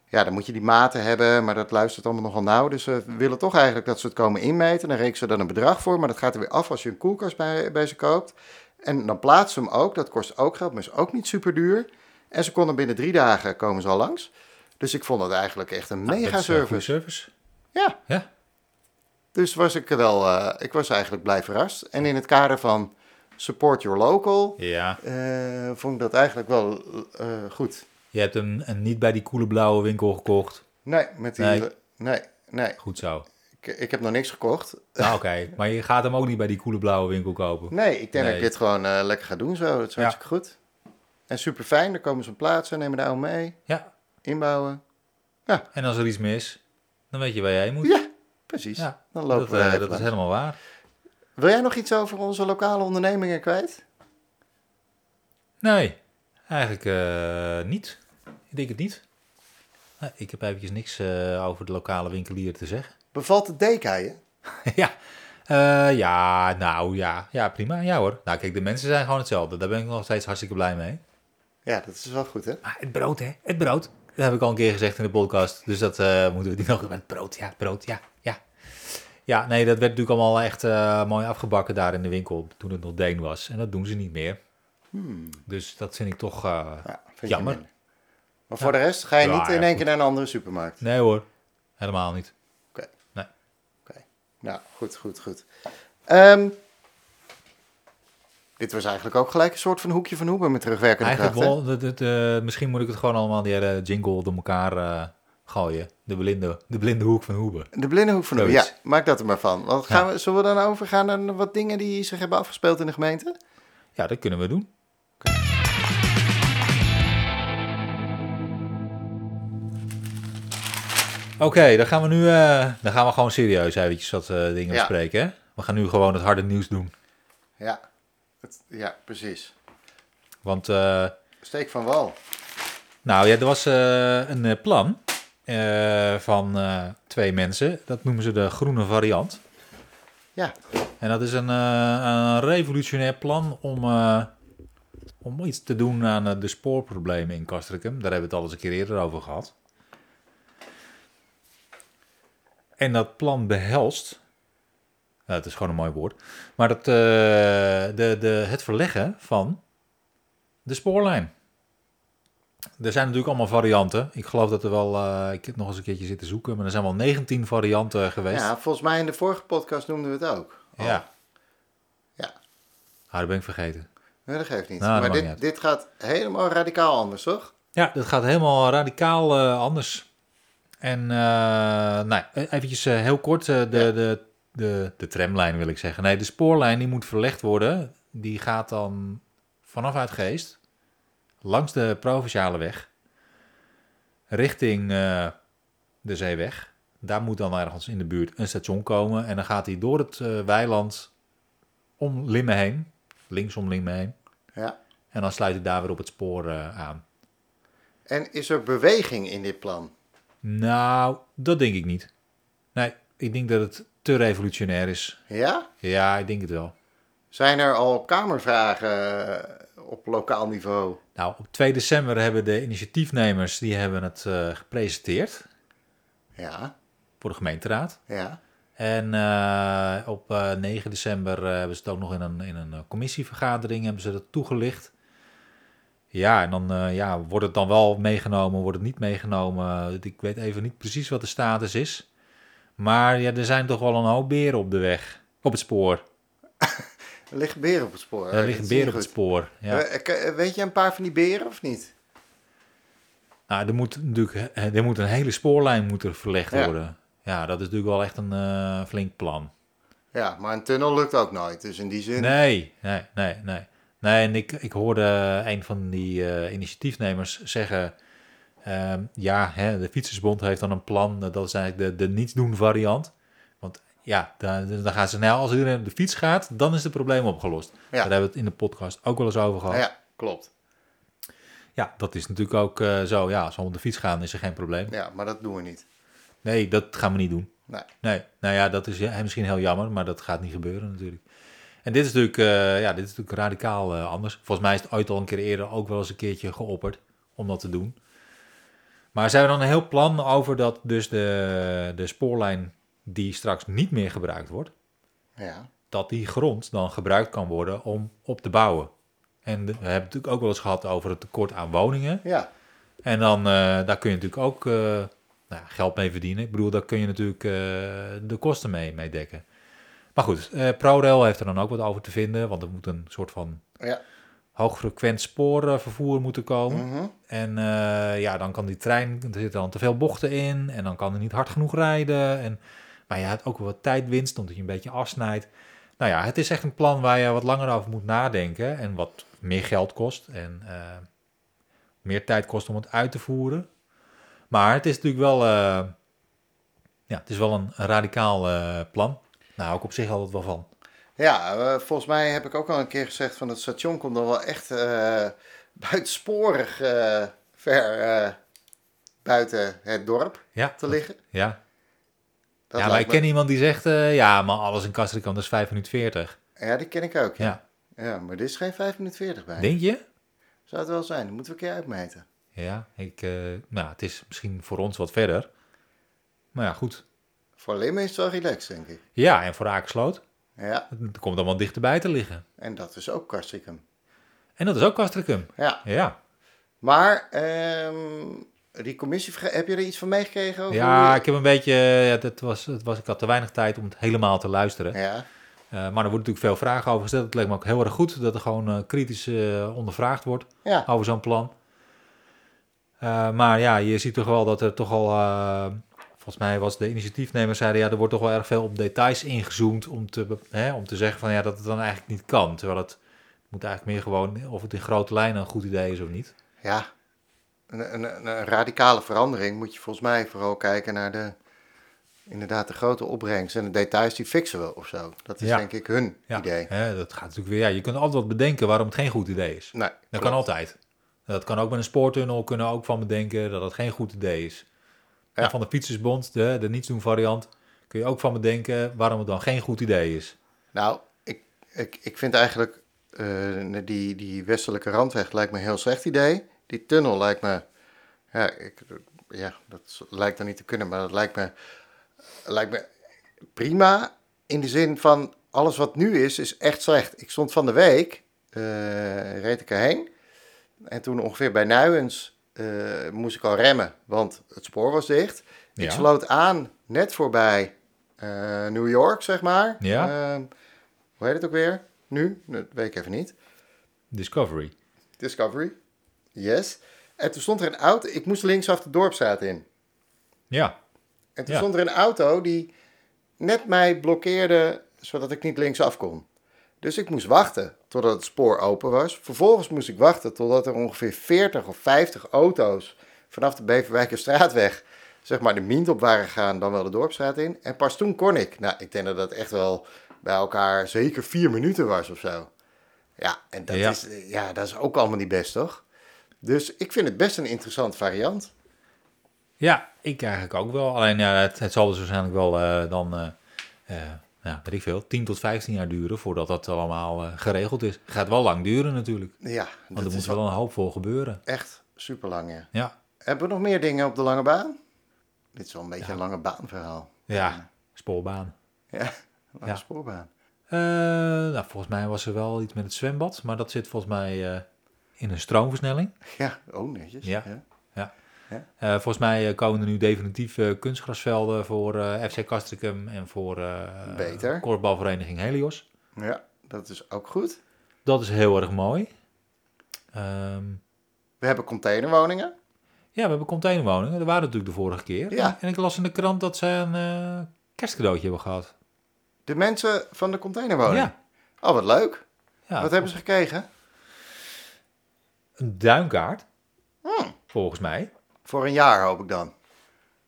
A: ja, dan moet je die maten hebben. Maar dat luistert allemaal nogal nauw. Dus ze willen toch eigenlijk dat ze het komen inmeten. Dan rekenen ze dan een bedrag voor. Maar dat gaat er weer af als je een koelkast bij, bij ze koopt. En dan plaatsen ze hem ook. Dat kost ook geld, maar is ook niet super duur. En ze konden binnen drie dagen komen ze al langs. Dus ik vond het eigenlijk echt een
B: Nou,
A: mega
B: dat is, eh, goede
A: service.
B: service.
A: Ja.
B: Ja.
A: Dus was ik er wel, eh, ik was eigenlijk blij verrast. En in het kader van support your local,
B: Ja.
A: eh, vond ik dat eigenlijk wel eh, goed.
B: Je hebt hem eh, niet bij die koele blauwe winkel gekocht.
A: Nee, met die,
B: Nee.
A: nee, nee,
B: Goed zo.
A: Ik, ik heb nog niks gekocht. [LAUGHS]
B: Nou, oké. Maar je gaat hem ook niet bij die koele blauwe winkel kopen.
A: Nee, ik denk dat
B: Nee.
A: ik dit gewoon eh, lekker ga doen zo. Het is
B: Ja.
A: hartstikke goed. En super fijn, dan komen ze op plaatsen, nemen de oude mee,
B: Ja,
A: inbouwen.
B: en als er iets mis, dan weet je waar jij heen moet.
A: Ja, precies.
B: Ja,
A: Dan lopen
B: dat,
A: we
B: eh,
A: er even
B: dat is
A: langs.
B: helemaal waar.
A: Wil jij nog iets over onze lokale ondernemingen kwijt?
B: Nee, eigenlijk eh, niet. Ik denk het niet. Nee, ik heb eventjes niks eh, over de lokale winkelier te zeggen.
A: Bevalt het DK je?
B: [LAUGHS] ja, Eh, ja, nou ja. Ja, prima. Ja hoor. Nou kijk, de mensen zijn gewoon hetzelfde. Daar ben ik nog steeds hartstikke blij mee.
A: Ja, dat is wel goed, hè?
B: Maar het brood, hè? Het brood. Dat heb ik al een keer gezegd in de podcast. Dus dat eh, moeten we die nog doen. Het brood, ja, het brood, ja, ja. Ja, nee, dat werd natuurlijk allemaal echt eh, mooi afgebakken daar in de winkel toen het nog Deen was. En dat doen ze niet meer. Dus dat vind ik toch... eh,
A: Ja, vind ik
B: Jammer.
A: minder. Maar voor de rest ga je
B: Ja,
A: niet
B: ja,
A: in één
B: goed.
A: keer naar een andere supermarkt.
B: Nee hoor, helemaal niet.
A: Oké.
B: Nee.
A: Oké. Nou, goed, goed, goed. Ehm, dit was eigenlijk ook gelijk een soort van hoekje van hoeken met terugwerkende
B: Eigenlijk
A: kracht, hè?
B: wel, dat, dat, eh, misschien moet ik het gewoon allemaal, die hele jingle door elkaar eh, gooien. De blinde, de blinde hoek van Hoeben.
A: De blinde hoek van hoeken, ja.
B: Zoiets.
A: Maak dat er maar van. Want gaan we, zullen we dan overgaan naar wat dingen die zich hebben afgespeeld in de gemeente?
B: Ja, dat kunnen we doen. Oké, dan gaan we nu eh, dan gaan we gewoon serieus eventjes wat eh, dingen
A: Ja.
B: bespreken. Hè? We gaan nu gewoon het harde nieuws doen.
A: Ja. Het- ja, precies.
B: Want eh,
A: Steek van wal.
B: nou ja, er was eh, een eh, plan eh, van eh, twee mensen. Dat noemen ze de groene variant.
A: Ja.
B: En dat is een, eh, een revolutionair plan om, eh, om iets te doen aan eh, de spoorproblemen in Castricum. Daar hebben we het al eens een keer eerder over gehad. En dat plan behelst. Nou, het is gewoon een mooi woord. Maar dat, eh, de, de, het verleggen van de spoorlijn. Er zijn natuurlijk allemaal varianten. Ik geloof dat er wel. eh, ik heb nog eens een keertje zitten zoeken. Maar er zijn wel 19 varianten geweest.
A: ja, volgens mij in de vorige podcast noemden we het ook. Oh.
B: Ja.
A: Ja.
B: Ah, dat ben ik vergeten.
A: Nee, dat geeft niet.
B: Nou, dat
A: maar
B: maakt niet
A: dit,
B: uit.
A: dit gaat helemaal radicaal anders, toch?
B: Ja, dat gaat helemaal radicaal eh, anders. En eh, nou, eh, eventjes eh, heel kort, eh, de,
A: Ja.
B: de, de, de tramlijn wil ik zeggen. Nee, de spoorlijn die moet verlegd worden. Die gaat dan vanaf Uitgeest, langs de Provinciale Weg, richting eh, de Zeeweg. Daar moet dan ergens in de buurt een station komen. En dan gaat hij door het eh, weiland om Limmen heen, links om Limmen heen.
A: Ja.
B: En dan sluit hij daar weer op het spoor eh, aan.
A: En is er beweging in dit plan?
B: Nou, dat denk ik niet. Nee, ik denk dat het te revolutionair is.
A: Ja?
B: Ja, ik denk het wel.
A: Zijn er al kamervragen eh, op lokaal niveau?
B: Nou, op 2 december hebben de initiatiefnemers die hebben het eh, gepresenteerd
A: Ja,
B: voor de gemeenteraad.
A: ja.
B: En eh, op eh, 9 december eh, hebben ze het ook nog in een, in een eh, commissievergadering hebben ze dat toegelicht. Ja, en dan eh, ja, wordt het dan wel meegenomen, wordt het niet meegenomen. Ik weet even niet precies wat de status is. Maar ja, er zijn toch wel een hoop beren op de weg, op het spoor.
A: Er liggen beren op het spoor.
B: Er liggen beren op het spoor. Ja.
A: spoor. eh, Weet je een paar van die beren of niet?
B: Nou, er moet natuurlijk eh, er moet een hele spoorlijn moet er verlegd
A: Ja.
B: worden. Ja, dat is natuurlijk wel echt een eh, flink plan.
A: Ja, maar een tunnel lukt ook nooit. Dus in die zin...
B: Nee, nee, nee, nee. Nee, en ik, ik hoorde een van die eh, initiatiefnemers zeggen... ehm, ja, hè, de Fietsersbond heeft dan een plan. eh, Dat is eigenlijk de, de nietsdoen variant. Want ja, dan, dan gaan ze... Nou, als iedereen op de fiets gaat, dan is het probleem opgelost. Daar hebben we het in de podcast ook wel eens over gehad.
A: Nou ja, klopt.
B: Ja, dat is natuurlijk ook eh, zo. Ja, als we op de fiets gaan, is er geen probleem.
A: Ja, maar dat doen we niet.
B: Nee, dat gaan we niet doen.
A: Nee.
B: Nee, nou ja, dat is ja, misschien heel jammer, maar dat gaat niet gebeuren natuurlijk. En dit is natuurlijk, eh, ja, dit is natuurlijk radicaal eh, anders. Volgens mij is het ooit al een keer eerder ook wel eens een keertje geopperd om dat te doen. Maar ze hebben dan een heel plan over dat dus de, de spoorlijn die straks niet meer gebruikt wordt,
A: Ja,
B: dat die grond dan gebruikt kan worden om op te bouwen. En we hebben het natuurlijk ook wel eens gehad over het tekort aan woningen.
A: ja.
B: En dan, eh, daar kun je natuurlijk ook eh, nou, ja, geld mee verdienen. Ik bedoel, daar kun je natuurlijk eh, de kosten mee, mee dekken. Maar goed, eh, ProRail heeft er dan ook wat over te vinden. Want er moet een soort van
A: ja.
B: hoogfrequent spoorvervoer moeten komen.
A: Mhm.
B: En eh, ja, dan kan die trein, er zitten dan te veel bochten in. En dan kan hij niet hard genoeg rijden. En, maar je hebt ook wel wat tijdwinst, omdat je een beetje afsnijdt. Nou ja, het is echt een plan waar je wat langer over moet nadenken. En wat meer geld kost. En eh, meer tijd kost om het uit te voeren. Maar het is natuurlijk wel, eh, ja, het is wel een, een radicaal eh, plan. Nou, hou ik op zich altijd wel van.
A: Ja, eh, volgens mij heb ik ook al een keer gezegd van het station komt dan wel echt eh, buitensporig eh, ver eh, buiten het dorp
B: Ja,
A: te liggen.
B: ja.
A: Dat
B: ja, maar
A: lijkt
B: ik
A: me-
B: ken iemand die zegt, eh, ja, maar alles in Castricum dat is 5 minuten 40.
A: Ja, die ken ik ook. Ja.
B: Ja,
A: maar dit is geen 5 minuten 40 bij.
B: denk je?
A: Zou het wel zijn. Dat moeten we een keer uitmeten.
B: Ja, ik, eh, nou, het is misschien voor ons wat verder. Maar ja, goed.
A: Voor Limmen is het wel relaxed, denk ik.
B: Ja, en voor Akersloot,
A: Ja,
B: het komt allemaal dichterbij te liggen.
A: en dat is ook Castricum.
B: En dat is ook Castricum.
A: Ja,
B: Ja,
A: maar ehm, die commissie, heb je er iets van meegekregen? over
B: ja
A: hoe-
B: ik heb een beetje, eh, ja, dat was, het was, ik had te weinig tijd om het helemaal te luisteren.
A: Ja,
B: Eh, maar er wordt natuurlijk veel vragen over gesteld. Het leek me ook heel erg goed dat er gewoon eh, kritisch eh, ondervraagd wordt
A: ja.
B: [LAUGHS] over zo'n plan. Eh, maar ja, je ziet toch wel dat er toch al, eh, volgens mij was de initiatiefnemer zeiden, ja, er wordt toch wel erg veel op details ingezoomd om te, be- hè, om te zeggen van ja, dat het dan eigenlijk niet kan. Terwijl het moet eigenlijk meer gewoon of het in grote lijnen een goed idee is of niet.
A: Ja, een, een, een- een radicale verandering moet je volgens mij vooral kijken naar de, inderdaad de grote opbrengst. En de details die fixen we of zo. Dat is
B: Ja.
A: denk ik hun
B: Ja,
A: idee.
B: Hè, dat gaat natuurlijk weer, ja, je kunt altijd wat bedenken waarom het geen goed idee is.
A: Nee,
B: Dat
A: klopt.
B: kan altijd. Dat kan ook met een spoortunnel, kunnen we ook van bedenken dat het geen goed idee is.
A: Ja.
B: En van de fietsersbond, de, de nietsdoen variant, kun je ook van bedenken waarom het dan geen goed idee is.
A: Nou, ik, ik, ik vind eigenlijk eh, die, die westelijke randweg lijkt me een heel slecht idee. Die tunnel lijkt me, ja, ik, ja dat is- lijkt dan niet te kunnen, maar dat lijkt me, lijkt me prima in de zin van alles wat nu is, is echt slecht. Ik stond van de week, eh, reed ik erheen en toen ongeveer bij Nuijens eh, moest ik al remmen, want het spoor was dicht.
B: Ja.
A: Ik sloot aan net voorbij eh, New York, zeg maar.
B: Ja.
A: Ehm, hoe heet het ook weer? Nu? Dat weet ik even niet.
B: Discovery.
A: Discovery. Yes. En toen stond er een auto. Ik moest linksaf de dorpstraat in.
B: Ja,
A: En toen
B: Ja.
A: stond er een auto die net mij blokkeerde zodat ik niet linksaf kon. Dus ik moest wachten totdat het spoor open was. Vervolgens moest ik wachten totdat er ongeveer 40 of 50 auto's vanaf de Beverwijkerstraatweg zeg maar de Mient op waren gegaan, dan wel de Dorpstraat in. En pas toen kon ik. Nou, ik denk dat dat echt wel bij elkaar zeker vier minuten was of zo. Ja, en dat,
B: Ja.
A: Is, ja, dat is ook allemaal niet best, toch? Dus ik vind het best een interessant variant.
B: ja ik eigenlijk ook wel. Alleen ja, het, het zal dus waarschijnlijk wel eh, dan, eh eh, ja, weet ik veel, 10 tot 15 jaar duren voordat dat allemaal eh, geregeld is. Gaat wel lang duren natuurlijk,
A: Ja,
B: want
A: dat
B: er moet
A: is
B: wel een hoop voor gebeuren.
A: echt super lang, ja.
B: Ja,
A: Hebben we nog meer dingen op de lange baan? Dit is wel een beetje een lange baan verhaal.
B: ja, spoorbaan.
A: Ja, lange
B: Ja.
A: spoorbaan.
B: Eh, nou, volgens mij was er wel iets met het zwembad, maar dat zit volgens mij eh, in een stroomversnelling.
A: Ja, ook netjes.
B: Ja.
A: ja.
B: Eh, volgens mij eh, komen er nu definitief eh, kunstgrasvelden voor eh, FC Castricum en voor eh
A: Beter.
B: korfbalvereniging Helios.
A: Ja, dat is ook goed.
B: Dat is heel erg mooi. Ehm,
A: We hebben containerwoningen.
B: ja, we hebben containerwoningen. Dat waren natuurlijk de vorige keer.
A: Ja.
B: En ik las in de krant dat ze een eh, kerstcadeautje hebben gehad.
A: De mensen van de containerwoning.
B: Ja.
A: Oh, wat leuk.
B: ja
A: wat hebben ze gekregen?
B: Een duinkaart,
A: Hmm.
B: volgens mij.
A: Voor een jaar hoop ik dan.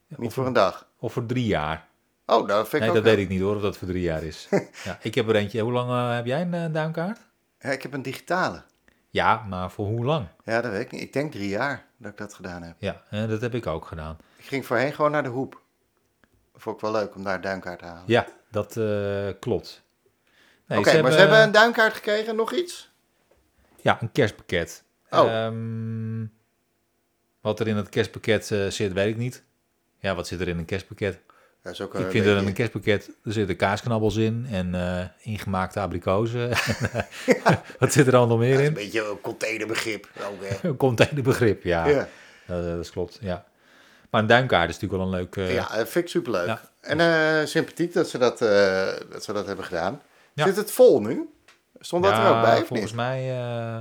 A: Niet
B: of-
A: voor een dag.
B: Of voor drie jaar.
A: Oh, dat vind ik
B: nee,
A: ook
B: dat
A: wel-
B: weet ik niet hoor, of dat voor drie jaar
A: [LAUGHS]
B: is. ja, ik heb er eentje. Hoe lang eh, heb jij een eh, duinkaart?
A: Ja, ik heb een digitale.
B: Ja, maar voor hoe lang?
A: Ja, dat weet ik niet. Ik denk drie jaar dat ik dat gedaan heb.
B: Ja, eh, dat heb ik ook gedaan.
A: Ik ging voorheen gewoon naar de hoep. Vond ik wel leuk om daar een duinkaart te halen.
B: Ja, dat eh, klopt. Nee,
A: Oké, maar ze hebben een duinkaart gekregen. Nog iets?
B: Ja, een kerstpakket.
A: Oh.
B: Ehm, wat er in dat kerstpakket eh, zit, weet ik niet. Ja, wat zit er in een kerstpakket?
A: Dat is ook eh,
B: ik
A: een
B: vind er in
A: beetje-
B: een kerstpakket, er zitten kaasknabbels in en eh, ingemaakte abrikozen. [LAUGHS] wat zit er allemaal nog meer
A: Dat is [LAUGHS] een
B: in?
A: beetje een containerbegrip. Ook, hè?
B: Een containerbegrip, ja.
A: Ja.
B: Dat, eh, dat klopt, ja. Maar een duinkaart is natuurlijk wel een leuk... eh,
A: ja, dat vind ik superleuk.
B: Ja.
A: En eh, sympathiek dat ze dat, eh, dat ze dat hebben gedaan.
B: Ja.
A: Zit het vol nu? Stond dat
B: ja,
A: er ook bij of
B: volgens
A: niet?
B: mij eh,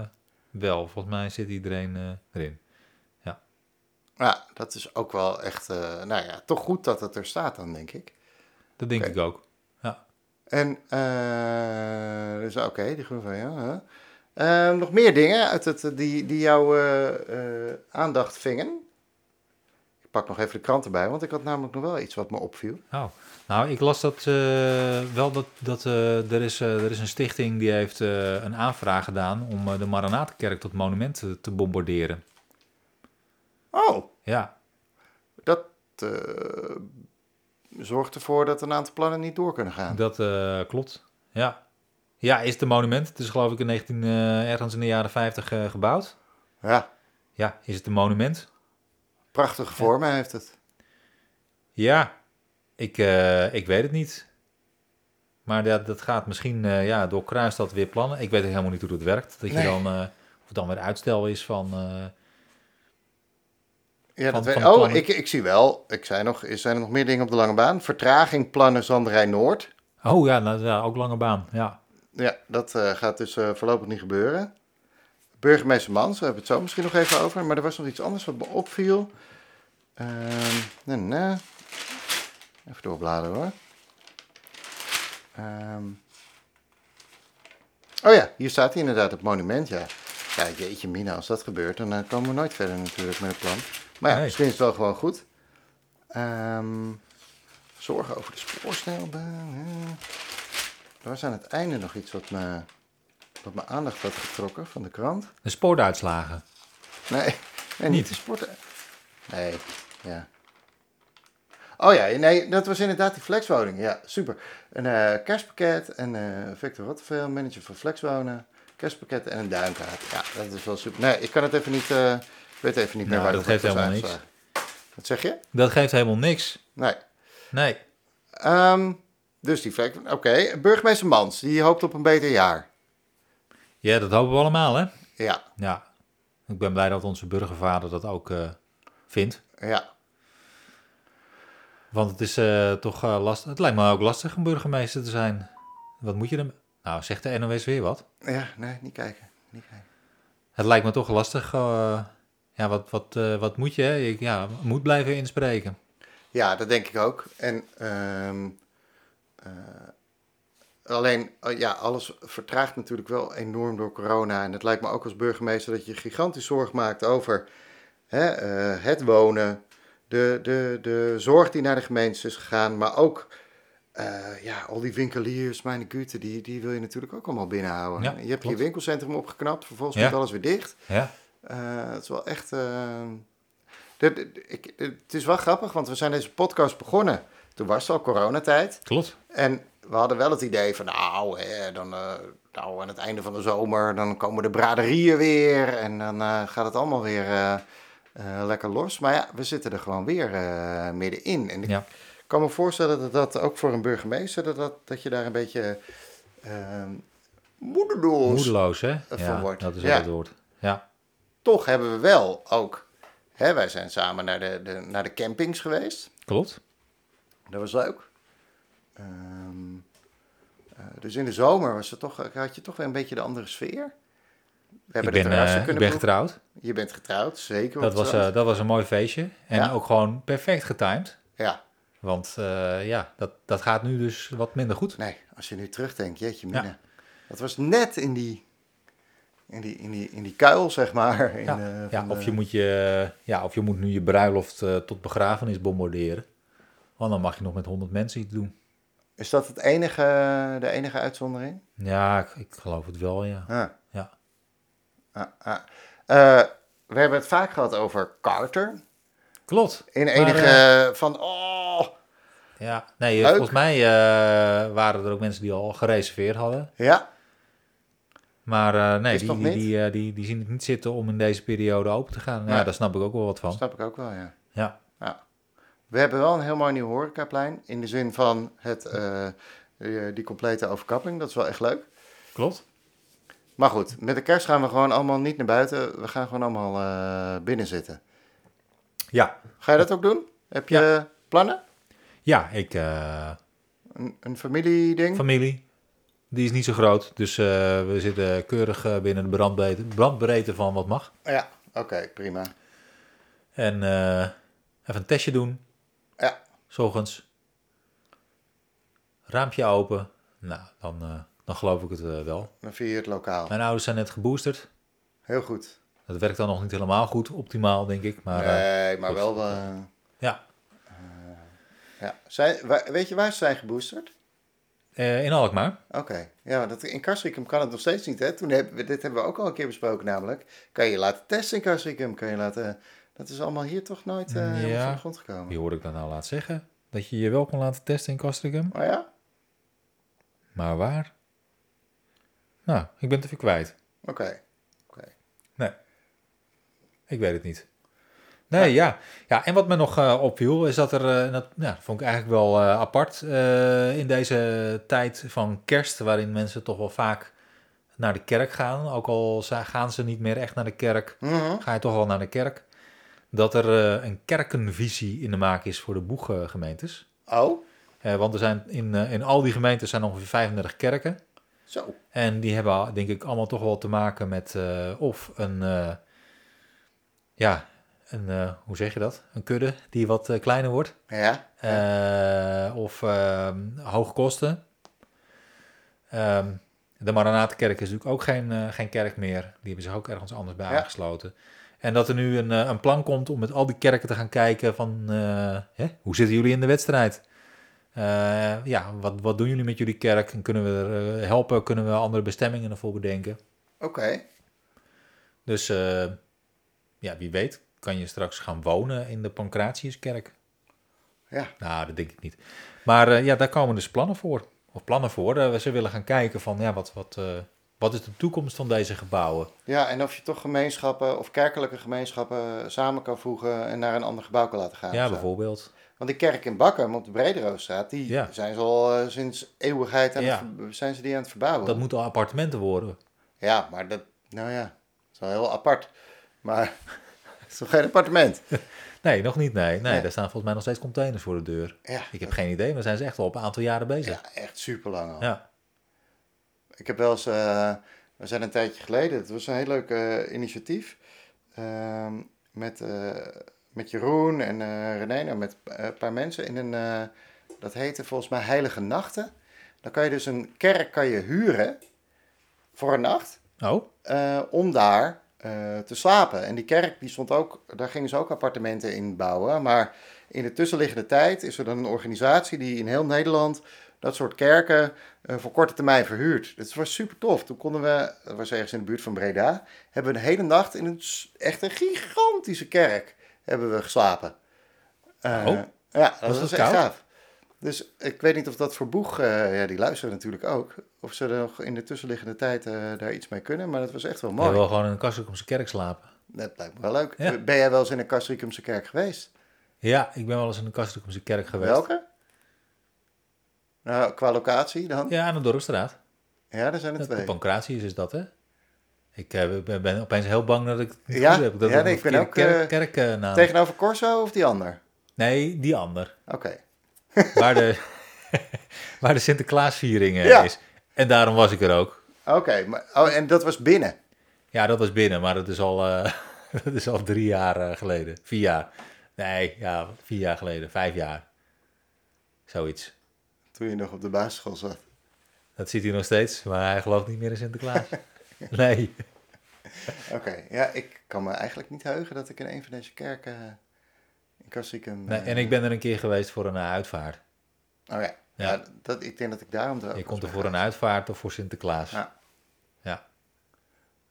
B: wel. Volgens mij zit iedereen eh, erin.
A: Ja, dat is ook wel echt, eh, nou ja, toch goed dat het er staat dan, denk ik.
B: Dat denk
A: Oké.
B: ik ook. Ja.
A: En, eh, dus oké, die groen van, ja. hè. Eh, nog meer dingen uit het, eh, die, die jouw eh, eh, aandacht vingen? Ik pak nog even de krant erbij, want ik had namelijk nog wel iets wat me opviel.
B: Oh. Nou, ik las dat eh, wel dat, dat eh, er, is, eh, er is een stichting die heeft eh, een aanvraag gedaan om eh, de Maranatenkerk tot monument te, te bombarderen.
A: Oh,
B: Ja,
A: dat eh, zorgt ervoor dat een aantal plannen niet door kunnen gaan.
B: Dat eh, klopt. Ja. Ja, is het een monument. Het is geloof ik in 19, eh, ergens in de jaren 50 eh, gebouwd.
A: Ja,
B: Ja, is het een monument?
A: prachtige vormen heeft het.
B: Ja, ik, eh, ik weet het niet. Maar dat, dat gaat misschien, eh ja, doorkruist dat weer plannen. Ik weet ook helemaal niet hoe dat werkt. Dat je
A: Nee.
B: dan, eh, of het dan weer uitstel is van... eh,
A: Ja,
B: Van-
A: dat weet-
B: van de
A: oh,
B: plannen.
A: ik, ik zie wel. Ik zei nog, er zijn er nog meer dingen op de lange baan. Vertraging plannen Zanderij Noord.
B: oh ja, nou, ja, ook lange baan. Ja,
A: Ja, dat eh, gaat dus eh, voorlopig niet gebeuren. Burgemeester Mans, we hebben het zo misschien nog even over. Maar er was nog iets anders wat me opviel. Ehm, nee, nee. Even doorbladeren hoor. Ehm. oh ja, hier staat hij inderdaad, het monument. Ja. ja, jeetje mina, als dat gebeurt, dan eh, komen we nooit verder natuurlijk met het plan. Maar ja,
B: Nee.
A: misschien is het wel gewoon goed. Ehm, zorgen over de spoorsnelbaan. hè. Er was aan het einde nog iets wat, me, wat mijn aandacht had getrokken van de krant.
B: de sportuitslagen.
A: Nee, nee
B: Niet.
A: niet de sporten. Nee, ja. Oh ja, nee, dat was inderdaad die flexwoning. Ja, super. Een eh, kerstpakket en eh Victor Rotteveel, manager van flexwonen. Kerstpakket en een duimkaart. Ja, dat is wel super. Nee, ik kan het even niet, eh, ik weet even niet meer
B: Nou,
A: waar
B: dat
A: het
B: geeft
A: was
B: helemaal niks.
A: aangeslagen. Wat zeg je?
B: Dat geeft helemaal niks.
A: Nee.
B: Nee.
A: Ehm, dus die flex, oké. Burgemeester Mans, die hoopt op een beter jaar.
B: Ja, dat hopen we allemaal, hè?
A: Ja,
B: Ja. Ik ben blij dat onze burgervader dat ook eh, vindt.
A: ja.
B: Want het is eh, toch eh, lastig. Het lijkt me ook lastig om burgemeester te zijn. Wat moet je dan? Nou, zegt de NOS weer wat?
A: Ja, nee, niet kijken. Niet kijken.
B: Het lijkt me toch lastig. eh, ja, wat, wat, eh, wat moet je? Hè? Ik ja, moet blijven inspreken.
A: Ja, dat denk ik ook. En ehm, eh, alleen, eh, ja, alles vertraagt natuurlijk wel enorm door corona. En het lijkt me ook als burgemeester dat je gigantisch zorg maakt over hè, eh, het wonen, de, de, de zorg die naar de gemeentes is gegaan, maar ook eh, ja, al die winkeliers, mijn gute, die, die wil je natuurlijk ook allemaal binnenhouden.
B: Ja,
A: je hebt
B: klopt.
A: je winkelcentrum opgeknapt, vervolgens
B: Ja.
A: moet alles weer dicht.
B: Ja,
A: Eh, het is wel echt. eh, dit- dit- ik, het is wel grappig, want we zijn deze podcast begonnen. Toen was het al coronatijd.
B: klopt.
A: En we hadden wel het idee van, nou, hè, dan, eh, nou aan het einde van de zomer, dan komen de braderieën weer. En dan eh, gaat het allemaal weer eh, eh, lekker los. Maar ja, we zitten er gewoon weer eh, middenin. En ik
B: Ja.
A: kan me voorstellen dat dat ook voor een burgemeester, dat, dat, dat je daar een beetje eh, moedeloos
B: Moedeloos, hè?
A: van
B: Ja,
A: wordt.
B: dat is
A: Ja.
B: wel het woord. Ja,
A: toch hebben we wel ook. Hè, wij zijn samen naar de, de, naar de campings geweest.
B: klopt.
A: Dat was leuk. Ehm, eh, dus in de zomer was het toch, had je toch weer een beetje de andere sfeer. We
B: Ik
A: hebben de
B: ben,
A: terrassen
B: eh, ik
A: kunnen proeven.
B: ben getrouwd.
A: Je bent getrouwd, zeker.
B: Dat
A: op het
B: was,
A: strand.
B: eh, dat was een mooi feestje. En
A: Ja.
B: ook gewoon perfect getimed.
A: Ja,
B: Want eh, ja, dat, dat gaat nu dus wat minder goed.
A: nee, als je nu terugdenkt, jeetje
B: Ja.
A: mina. Dat was net in die, in die, in die, in die kuil, zeg maar. In,
B: Ja,
A: eh,
B: ja,
A: van
B: of,
A: de-
B: je moet je, ja, of je moet nu je bruiloft eh, tot begrafenis bombarderen. Want dan mag je nog met 100 mensen iets doen.
A: Is dat het enige, de enige uitzondering?
B: Ja, ik, ik geloof het wel, ja.
A: Ah.
B: ja.
A: Ah, ah. Eh, we hebben het vaak gehad over Carter.
B: Klopt.
A: In
B: Maar,
A: enige
B: eh,
A: eh, van, oh,
B: ja, nee, eh,
A: Leuk.
B: volgens mij eh, waren er ook mensen die al gereserveerd hadden.
A: ja,
B: Maar eh, nee,
A: Is
B: die,
A: nog
B: die,
A: niet?
B: die, eh, die, die zien het niet zitten om in deze periode open te gaan. Ja,
A: Nee.
B: daar snap ik ook wel wat van.
A: snap ik ook wel, ja.
B: Ja,
A: ja. We hebben wel een heel mooi nieuw horecaplein. In de zin van het, eh, eh, die complete overkapping. Dat is wel echt leuk.
B: klopt.
A: Maar goed, met de kerst gaan we gewoon allemaal niet naar buiten. We gaan gewoon allemaal eh, binnen zitten.
B: Ja,
A: Ga je dat ook doen? Heb je plannen?
B: ja ik, eh,
A: Een, een familieding?
B: familie, die is niet zo groot. Dus eh, we zitten keurig eh, binnen de brandbreedte, brandbreedte van wat mag.
A: Ja, oké, prima.
B: En eh, even een testje doen.
A: Ja.
B: S ochtends. Raampje open. Nou, dan, eh, dan geloof ik het eh, wel.
A: Dan vier je het lokaal.
B: Mijn ouders zijn net geboosterd.
A: Heel goed.
B: Dat werkt dan nog niet helemaal goed, optimaal, denk ik. Maar eh,
A: nee, maar
B: goed.
A: wel... eh,
B: ja,
A: Ja. Zij, wa- weet je waar ze zijn geboosterd?
B: Eh, in Alkmaar.
A: Oké. Ja, dat, in Kastrikum kan het nog steeds niet, hè? Toen hebben we, dit hebben we ook al een keer besproken, namelijk. Kan je laten testen in Kastrikum? Kan je laten... Dat is allemaal hier toch nooit eh, helemaal
B: Mm, Ja.
A: van de grond gekomen?
B: Wie hoorde ik dat nou laat zeggen? Dat je je wel kon laten testen in Castricum.
A: Oh ja?
B: Maar waar? Nou, ik ben het even kwijt.
A: Oké.
B: Nee. Ik weet het niet. Nee, ja. Ja, en wat me nog eh, opviel is dat er, eh, en dat ja, vond ik eigenlijk wel eh, apart, eh, in deze tijd van kerst, waarin mensen toch wel vaak naar de kerk gaan, ook al za- gaan ze niet meer echt naar de kerk,
A: Mhm.
B: ga je toch wel naar de kerk, dat er eh, een kerkenvisie in de maak is voor de boeggemeentes.
A: Oh,
B: Eh, want er zijn in, eh, in al die gemeentes zijn ongeveer 35 kerken.
A: zo.
B: En die hebben denk ik allemaal toch wel te maken met eh, of een, eh, ja, een, eh, hoe zeg je dat? Een kudde die wat eh, kleiner wordt.
A: Ja.
B: Eh, of ehm hoge kosten. Ehm, de Maranatenkerk is natuurlijk ook geen, eh, geen kerk meer. Die hebben zich ook ergens anders bij
A: Ja.
B: aangesloten. En dat er nu een, eh, een plan komt om met al die kerken te gaan kijken van... eh, hè, hoe zitten jullie in de wedstrijd? Eh, ja, wat, wat doen jullie met jullie kerk? En Kunnen we er, eh, helpen? Kunnen we andere bestemmingen ervoor bedenken?
A: Oké.
B: Dus eh, ja, wie weet kan je straks gaan wonen in de Pancratiuskerk.
A: Ja.
B: Nou, dat denk ik niet. Maar eh, ja, daar komen dus plannen voor. Of plannen voor. Eh, ze willen gaan kijken van ja, wat, wat, eh, wat is de toekomst van deze gebouwen?
A: Ja, en of je toch gemeenschappen of kerkelijke gemeenschappen samen kan voegen en naar een ander gebouw kan laten gaan.
B: ja,
A: of zo.
B: bijvoorbeeld.
A: Want die kerk in Bakkum op de Brederoosstraat, die
B: Ja.
A: zijn ze al eh, sinds eeuwigheid aan
B: Ja.
A: het, ver- zijn ze die aan het verbouwen.
B: Dat moeten al appartementen worden.
A: Ja, maar dat, nou ja, dat is wel heel apart. Maar [LAUGHS] het is toch geen appartement?
B: Nee, nog niet. Nee, nee,
A: Nee.
B: daar staan volgens mij nog steeds containers voor de deur.
A: Ja,
B: Ik heb geen idee, maar daar zijn ze echt al op een aantal jaren bezig.
A: ja echt super lang al.
B: Ja,
A: Ik heb wel eens, eh, we zijn een tijdje geleden, het was een heel leuk eh, initiatief. ehm, met, eh, met Jeroen en eh René, nou, met eh, een paar mensen in een, eh, dat heette volgens mij Heilige Nachten. Dan kan je dus een kerk kan je huren voor een nacht.
B: Oh,
A: eh, om daar eh, te slapen. En die kerk die stond ook, daar gingen ze ook appartementen in bouwen. Maar in de tussenliggende tijd is er dan een organisatie die in heel Nederland dat soort kerken eh, voor korte termijn verhuurt. Dat was super tof. Toen konden we, dat was ergens in de buurt van Breda, hebben we de hele nacht in een s- echt een gigantische kerk hebben we geslapen. Eh,
B: Oh.
A: ja, dat
B: Was
A: was,
B: dat
A: echt
B: koud?
A: gaaf. Dus ik weet niet of dat voor Boeg, eh, ja, die luisteren natuurlijk ook, of ze er nog in de tussenliggende tijd eh, daar iets mee kunnen, maar dat was echt wel
B: je
A: mooi.
B: wil gewoon in een Kastrikumse kerk slapen.
A: Dat lijkt me wel leuk.
B: Ja.
A: Ben jij wel eens in een Castricumse kerk geweest?
B: Ja, ik ben wel eens in een Kastrikumse kerk geweest.
A: Welke? Nou, qua locatie dan? Ja,
B: Ja, aan de Dorpstraat.
A: er zijn er
B: Dat de
A: twee.
B: Pancratius is dat, hè? Ik eh, ben, ben opeens heel bang dat ik het niet
A: Ja?
B: goed heb. Dat
A: Ja, nee,
B: een
A: ik ben
B: verkeerde
A: ook,
B: kerk,
A: eh,
B: kerknaam.
A: Tegenover Corso of die ander?
B: Nee, die ander.
A: Oké.
B: Waar
A: [LAUGHS]
B: de, waar de Sinterklaasviering eh,
A: Ja.
B: is. En daarom was ik er ook.
A: Oké, maar- oh, en dat was binnen.
B: Ja, dat was binnen, maar dat is al, eh, [LAUGHS] dat is al drie jaar eh, geleden. Vier jaar. Nee, ja, vier jaar geleden. Vijf jaar. Zoiets.
A: Toen je nog op de basisschool zat.
B: Dat ziet hij nog steeds, maar hij gelooft niet meer in
A: [LAUGHS]
B: Sinterklaas. Nee.
A: Oké, ja, ik kan me eigenlijk niet heugen dat ik in een van deze kerken eh, in Castricum...
B: nee.
A: eh,
B: En ik ben er een keer geweest voor een eh, uitvaart.
A: Oh ja,
B: Ja.
A: ja. dat, ik denk dat ik daarom er ook
B: Je
A: was
B: komt er
A: bij
B: voor
A: ga.
B: een uitvaart of voor Sinterklaas.
A: Ja.
B: Ja.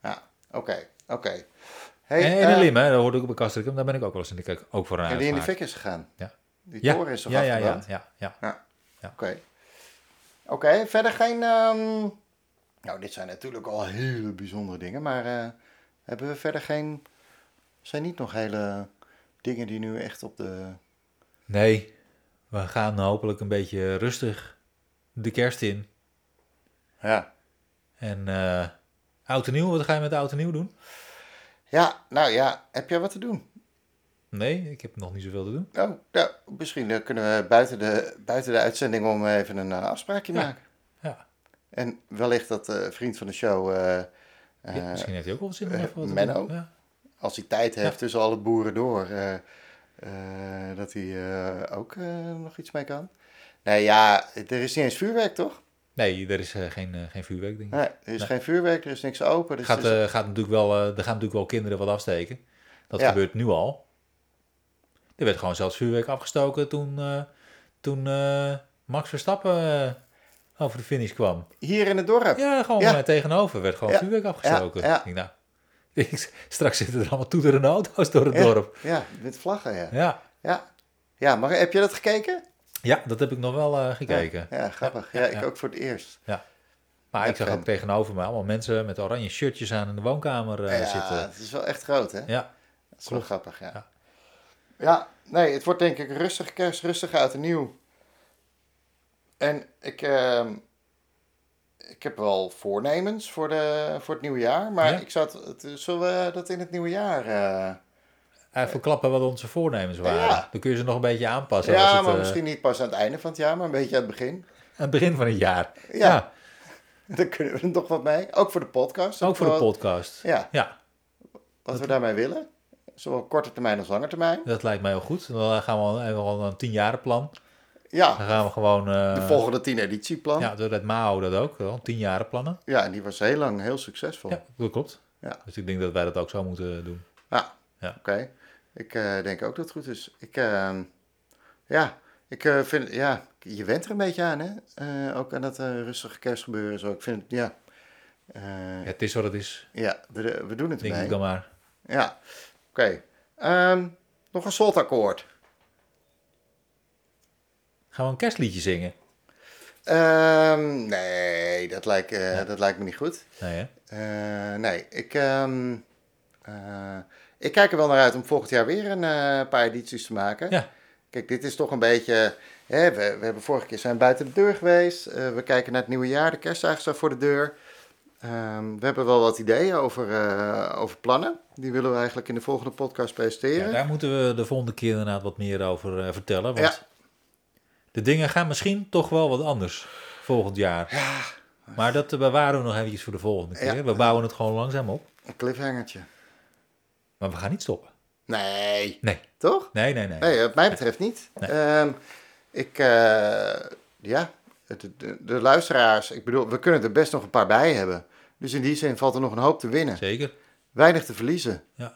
A: Ja, oké, oké.
B: En,
A: Hey,
B: en in
A: eh,
B: Lim, hè, daar hoorde ik ook bij Castricum, daar ben ik ook wel eens in de kerk. Ook voor een
A: ja,
B: uitvaart.
A: die in de fik is gegaan.
B: Ja.
A: Die
B: ja.
A: toren is toch
B: ja, ja, ja,
A: afgebrand?
B: ja, ja.
A: Oké. Oké, verder geen... ehm, Nou, dit zijn natuurlijk al hele bijzondere dingen, maar eh, hebben we verder geen... Zijn niet nog hele dingen die nu echt op de...
B: Nee, we gaan hopelijk een beetje rustig de kerst in.
A: Ja.
B: En eh oud en nieuw, wat ga je met oud en nieuw doen?
A: Ja, nou ja, heb jij wat te doen?
B: Nee, ik heb nog niet zoveel te doen.
A: Oh, nou, misschien eh, kunnen we buiten de, buiten de uitzending om even een eh, afspraakje
B: Ja.
A: maken.
B: Ja.
A: En wellicht dat eh vriend van de show, eh,
B: Ja,
A: eh,
B: misschien heeft hij ook wel zin om
A: eh,
B: even wat te
A: Menno?
B: doen. Ja.
A: als hij tijd heeft tussen alle boeren door, eh, eh, dat hij eh, ook eh, nog iets mee kan. Nee, ja, er is niet eens vuurwerk, toch?
B: Nee, er is eh, geen, eh, geen vuurwerk, denk ik.
A: Nee, er is
B: Nee.
A: geen vuurwerk, er is niks open. Dus
B: gaat,
A: er is-
B: eh, gaat natuurlijk wel, eh, er gaan natuurlijk wel kinderen wat afsteken. Dat
A: Ja.
B: gebeurt nu al. Er werd gewoon zelfs vuurwerk afgestoken toen, eh, toen eh, Max Verstappen eh, over de finish kwam.
A: Hier in het dorp.
B: eh, Ja, gewoon
A: Ja.
B: eh, tegenover werd gewoon
A: Ja.
B: vuurwerk afgestoken.
A: Ja, ja.
B: Ik denk, nou, [LAUGHS] ik- straks zitten er allemaal toeterende auto's door het
A: Ja.
B: dorp.
A: Ja, met vlaggen, ja.
B: Ja,
A: Ja, ja maar heb je dat gekeken?
B: Ja, dat heb ik nog wel eh, gekeken.
A: Ja, grappig. Ja, ik
B: ja.
A: ook voor het eerst.
B: Maar ik zag
A: Fan.
B: ook tegenover me allemaal mensen met oranje shirtjes aan in de woonkamer eh,
A: ja,
B: zitten.
A: het is wel echt groot, hè?
B: Ja,
A: dat is wel
B: klopt.
A: grappig, ja.
B: Ja.
A: ja. nee, het wordt denk ik rustig kerst, rustig uit en nieuw. En ik, ehm, ik heb wel voornemens voor, de, voor het nieuwe jaar, maar
B: Ja?
A: ik zou het, het- zullen we dat in het nieuwe jaar... eh,
B: Eigenlijk verklappen wat onze voornemens waren.
A: Ja.
B: Dan kun je ze nog een beetje aanpassen. als
A: ja,
B: het,
A: maar
B: eh,
A: misschien niet pas aan het einde van het jaar, maar een beetje aan het begin. [LAUGHS]
B: Aan het begin van het jaar. Ja,
A: Ja. Daar kunnen we er nog wat mee. Ook voor de podcast.
B: ook voor de
A: wat-
B: podcast.
A: Ja,
B: Ja,
A: wat we daarmee willen. Zowel korte termijn als lange termijn.
B: dat lijkt mij heel goed. Dan eh, gaan we, al- hebben we al een tienjarenplan. Dan
A: Ja,
B: gaan we gewoon... eh,
A: de volgende tien editieplan.
B: Ja, door dat MAO dat ook. wel, Tienjarenplannen.
A: Ja, en die was heel lang heel succesvol.
B: Ja, dat klopt.
A: Ja.
B: Dus ik denk dat wij dat ook zo moeten doen.
A: Ja,
B: Ja.
A: Ah, oké. Ik eh, denk ook dat het goed is. Ik, ehm, ja, ik eh, vind, ja, je went er een beetje aan, hè? Eh, ook aan dat eh, rustige kerstgebeuren en zo. Ik vind, het, ja, Eh,
B: Ja, het is wat het is,
A: ja, we, we doen het
B: denk
A: ermee.
B: ik dan maar.
A: Ja, oké. Ehm, nog een slotakkoord.
B: Gaan we een kerstliedje zingen?
A: Ehm, nee, dat lijkt, eh, dat lijkt me niet goed.
B: Nee, hè?
A: Eh, nee, ik, ehm, eh, ik kijk er wel naar uit om volgend jaar weer een eh, paar edities te maken.
B: Ja.
A: Kijk, dit is toch een beetje. Hè, we, we hebben vorige keer zijn we buiten de deur geweest. Eh, we kijken naar het nieuwe jaar. De kerstdagen staan voor de deur. Ehm, we hebben wel wat ideeën over, eh, over plannen. Die willen we eigenlijk in de volgende podcast
B: Ja,
A: presenteren.
B: daar moeten we de volgende keer inderdaad wat meer over eh, vertellen. Want de dingen gaan misschien toch wel wat anders volgend jaar. Maar dat eh, bewaren we nog eventjes voor de volgende
A: Ja.
B: keer. We bouwen het gewoon langzaam op.
A: Een cliffhangertje.
B: Maar we gaan niet stoppen.
A: Nee,
B: Nee,
A: toch?
B: nee, nee, nee.
A: Nee, wat mij betreft niet.
B: Nee.
A: Ehm, ik, eh, ja, de, de, de luisteraars, ik bedoel, we kunnen er best nog een paar bij hebben. Dus in die zin valt er nog een hoop te winnen.
B: Zeker.
A: Weinig te verliezen.
B: Ja.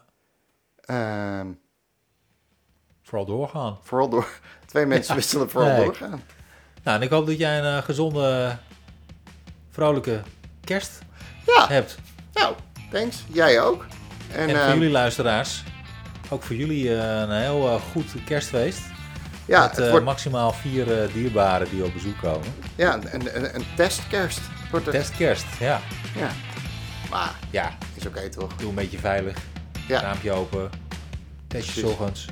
A: Ehm,
B: Vooral doorgaan.
A: vooral door, [LAUGHS] twee mensen wisselen vooral
B: Nee.
A: doorgaan.
B: Nou, en ik hoop dat jij een eh, gezonde, vrolijke kerst
A: Ja.
B: hebt.
A: Nou, thanks. Jij ook. En,
B: En, voor
A: ehm,
B: jullie luisteraars, ook voor jullie eh, een heel eh, goed kerstfeest.
A: ja,
B: met
A: het
B: eh,
A: wordt,
B: maximaal vier eh, dierbaren die op bezoek komen.
A: ja, een, een, een testkerst. Wordt het.
B: Testkerst, ja.
A: Ja. Maar,
B: Ja,
A: is oké toch?
B: doe een beetje veilig.
A: Ja.
B: Raampje open. Testjes
A: Precies.
B: ochtends.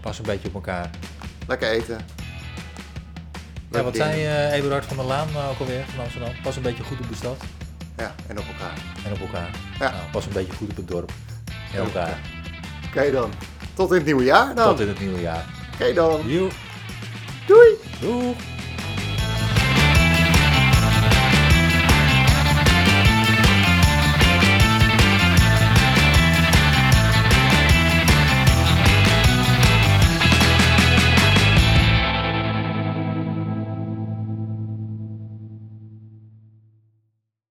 B: Pas een beetje op elkaar.
A: Lekker eten.
B: Ja, wat
A: Lekker
B: zei
A: dingen.
B: eh Eberhard van der Laan nou ook alweer van Amsterdam? Pas een beetje goed op de stad
A: Ja, en op elkaar.
B: en op elkaar.
A: Ja.
B: Nou, pas een beetje goed op het dorp en elkaar.
A: Oké Oh. dan. Tot in het nieuwe jaar dan.
B: Tot in het nieuwe jaar.
A: Oké dan.
B: Joe,
A: Doei.
B: doeg!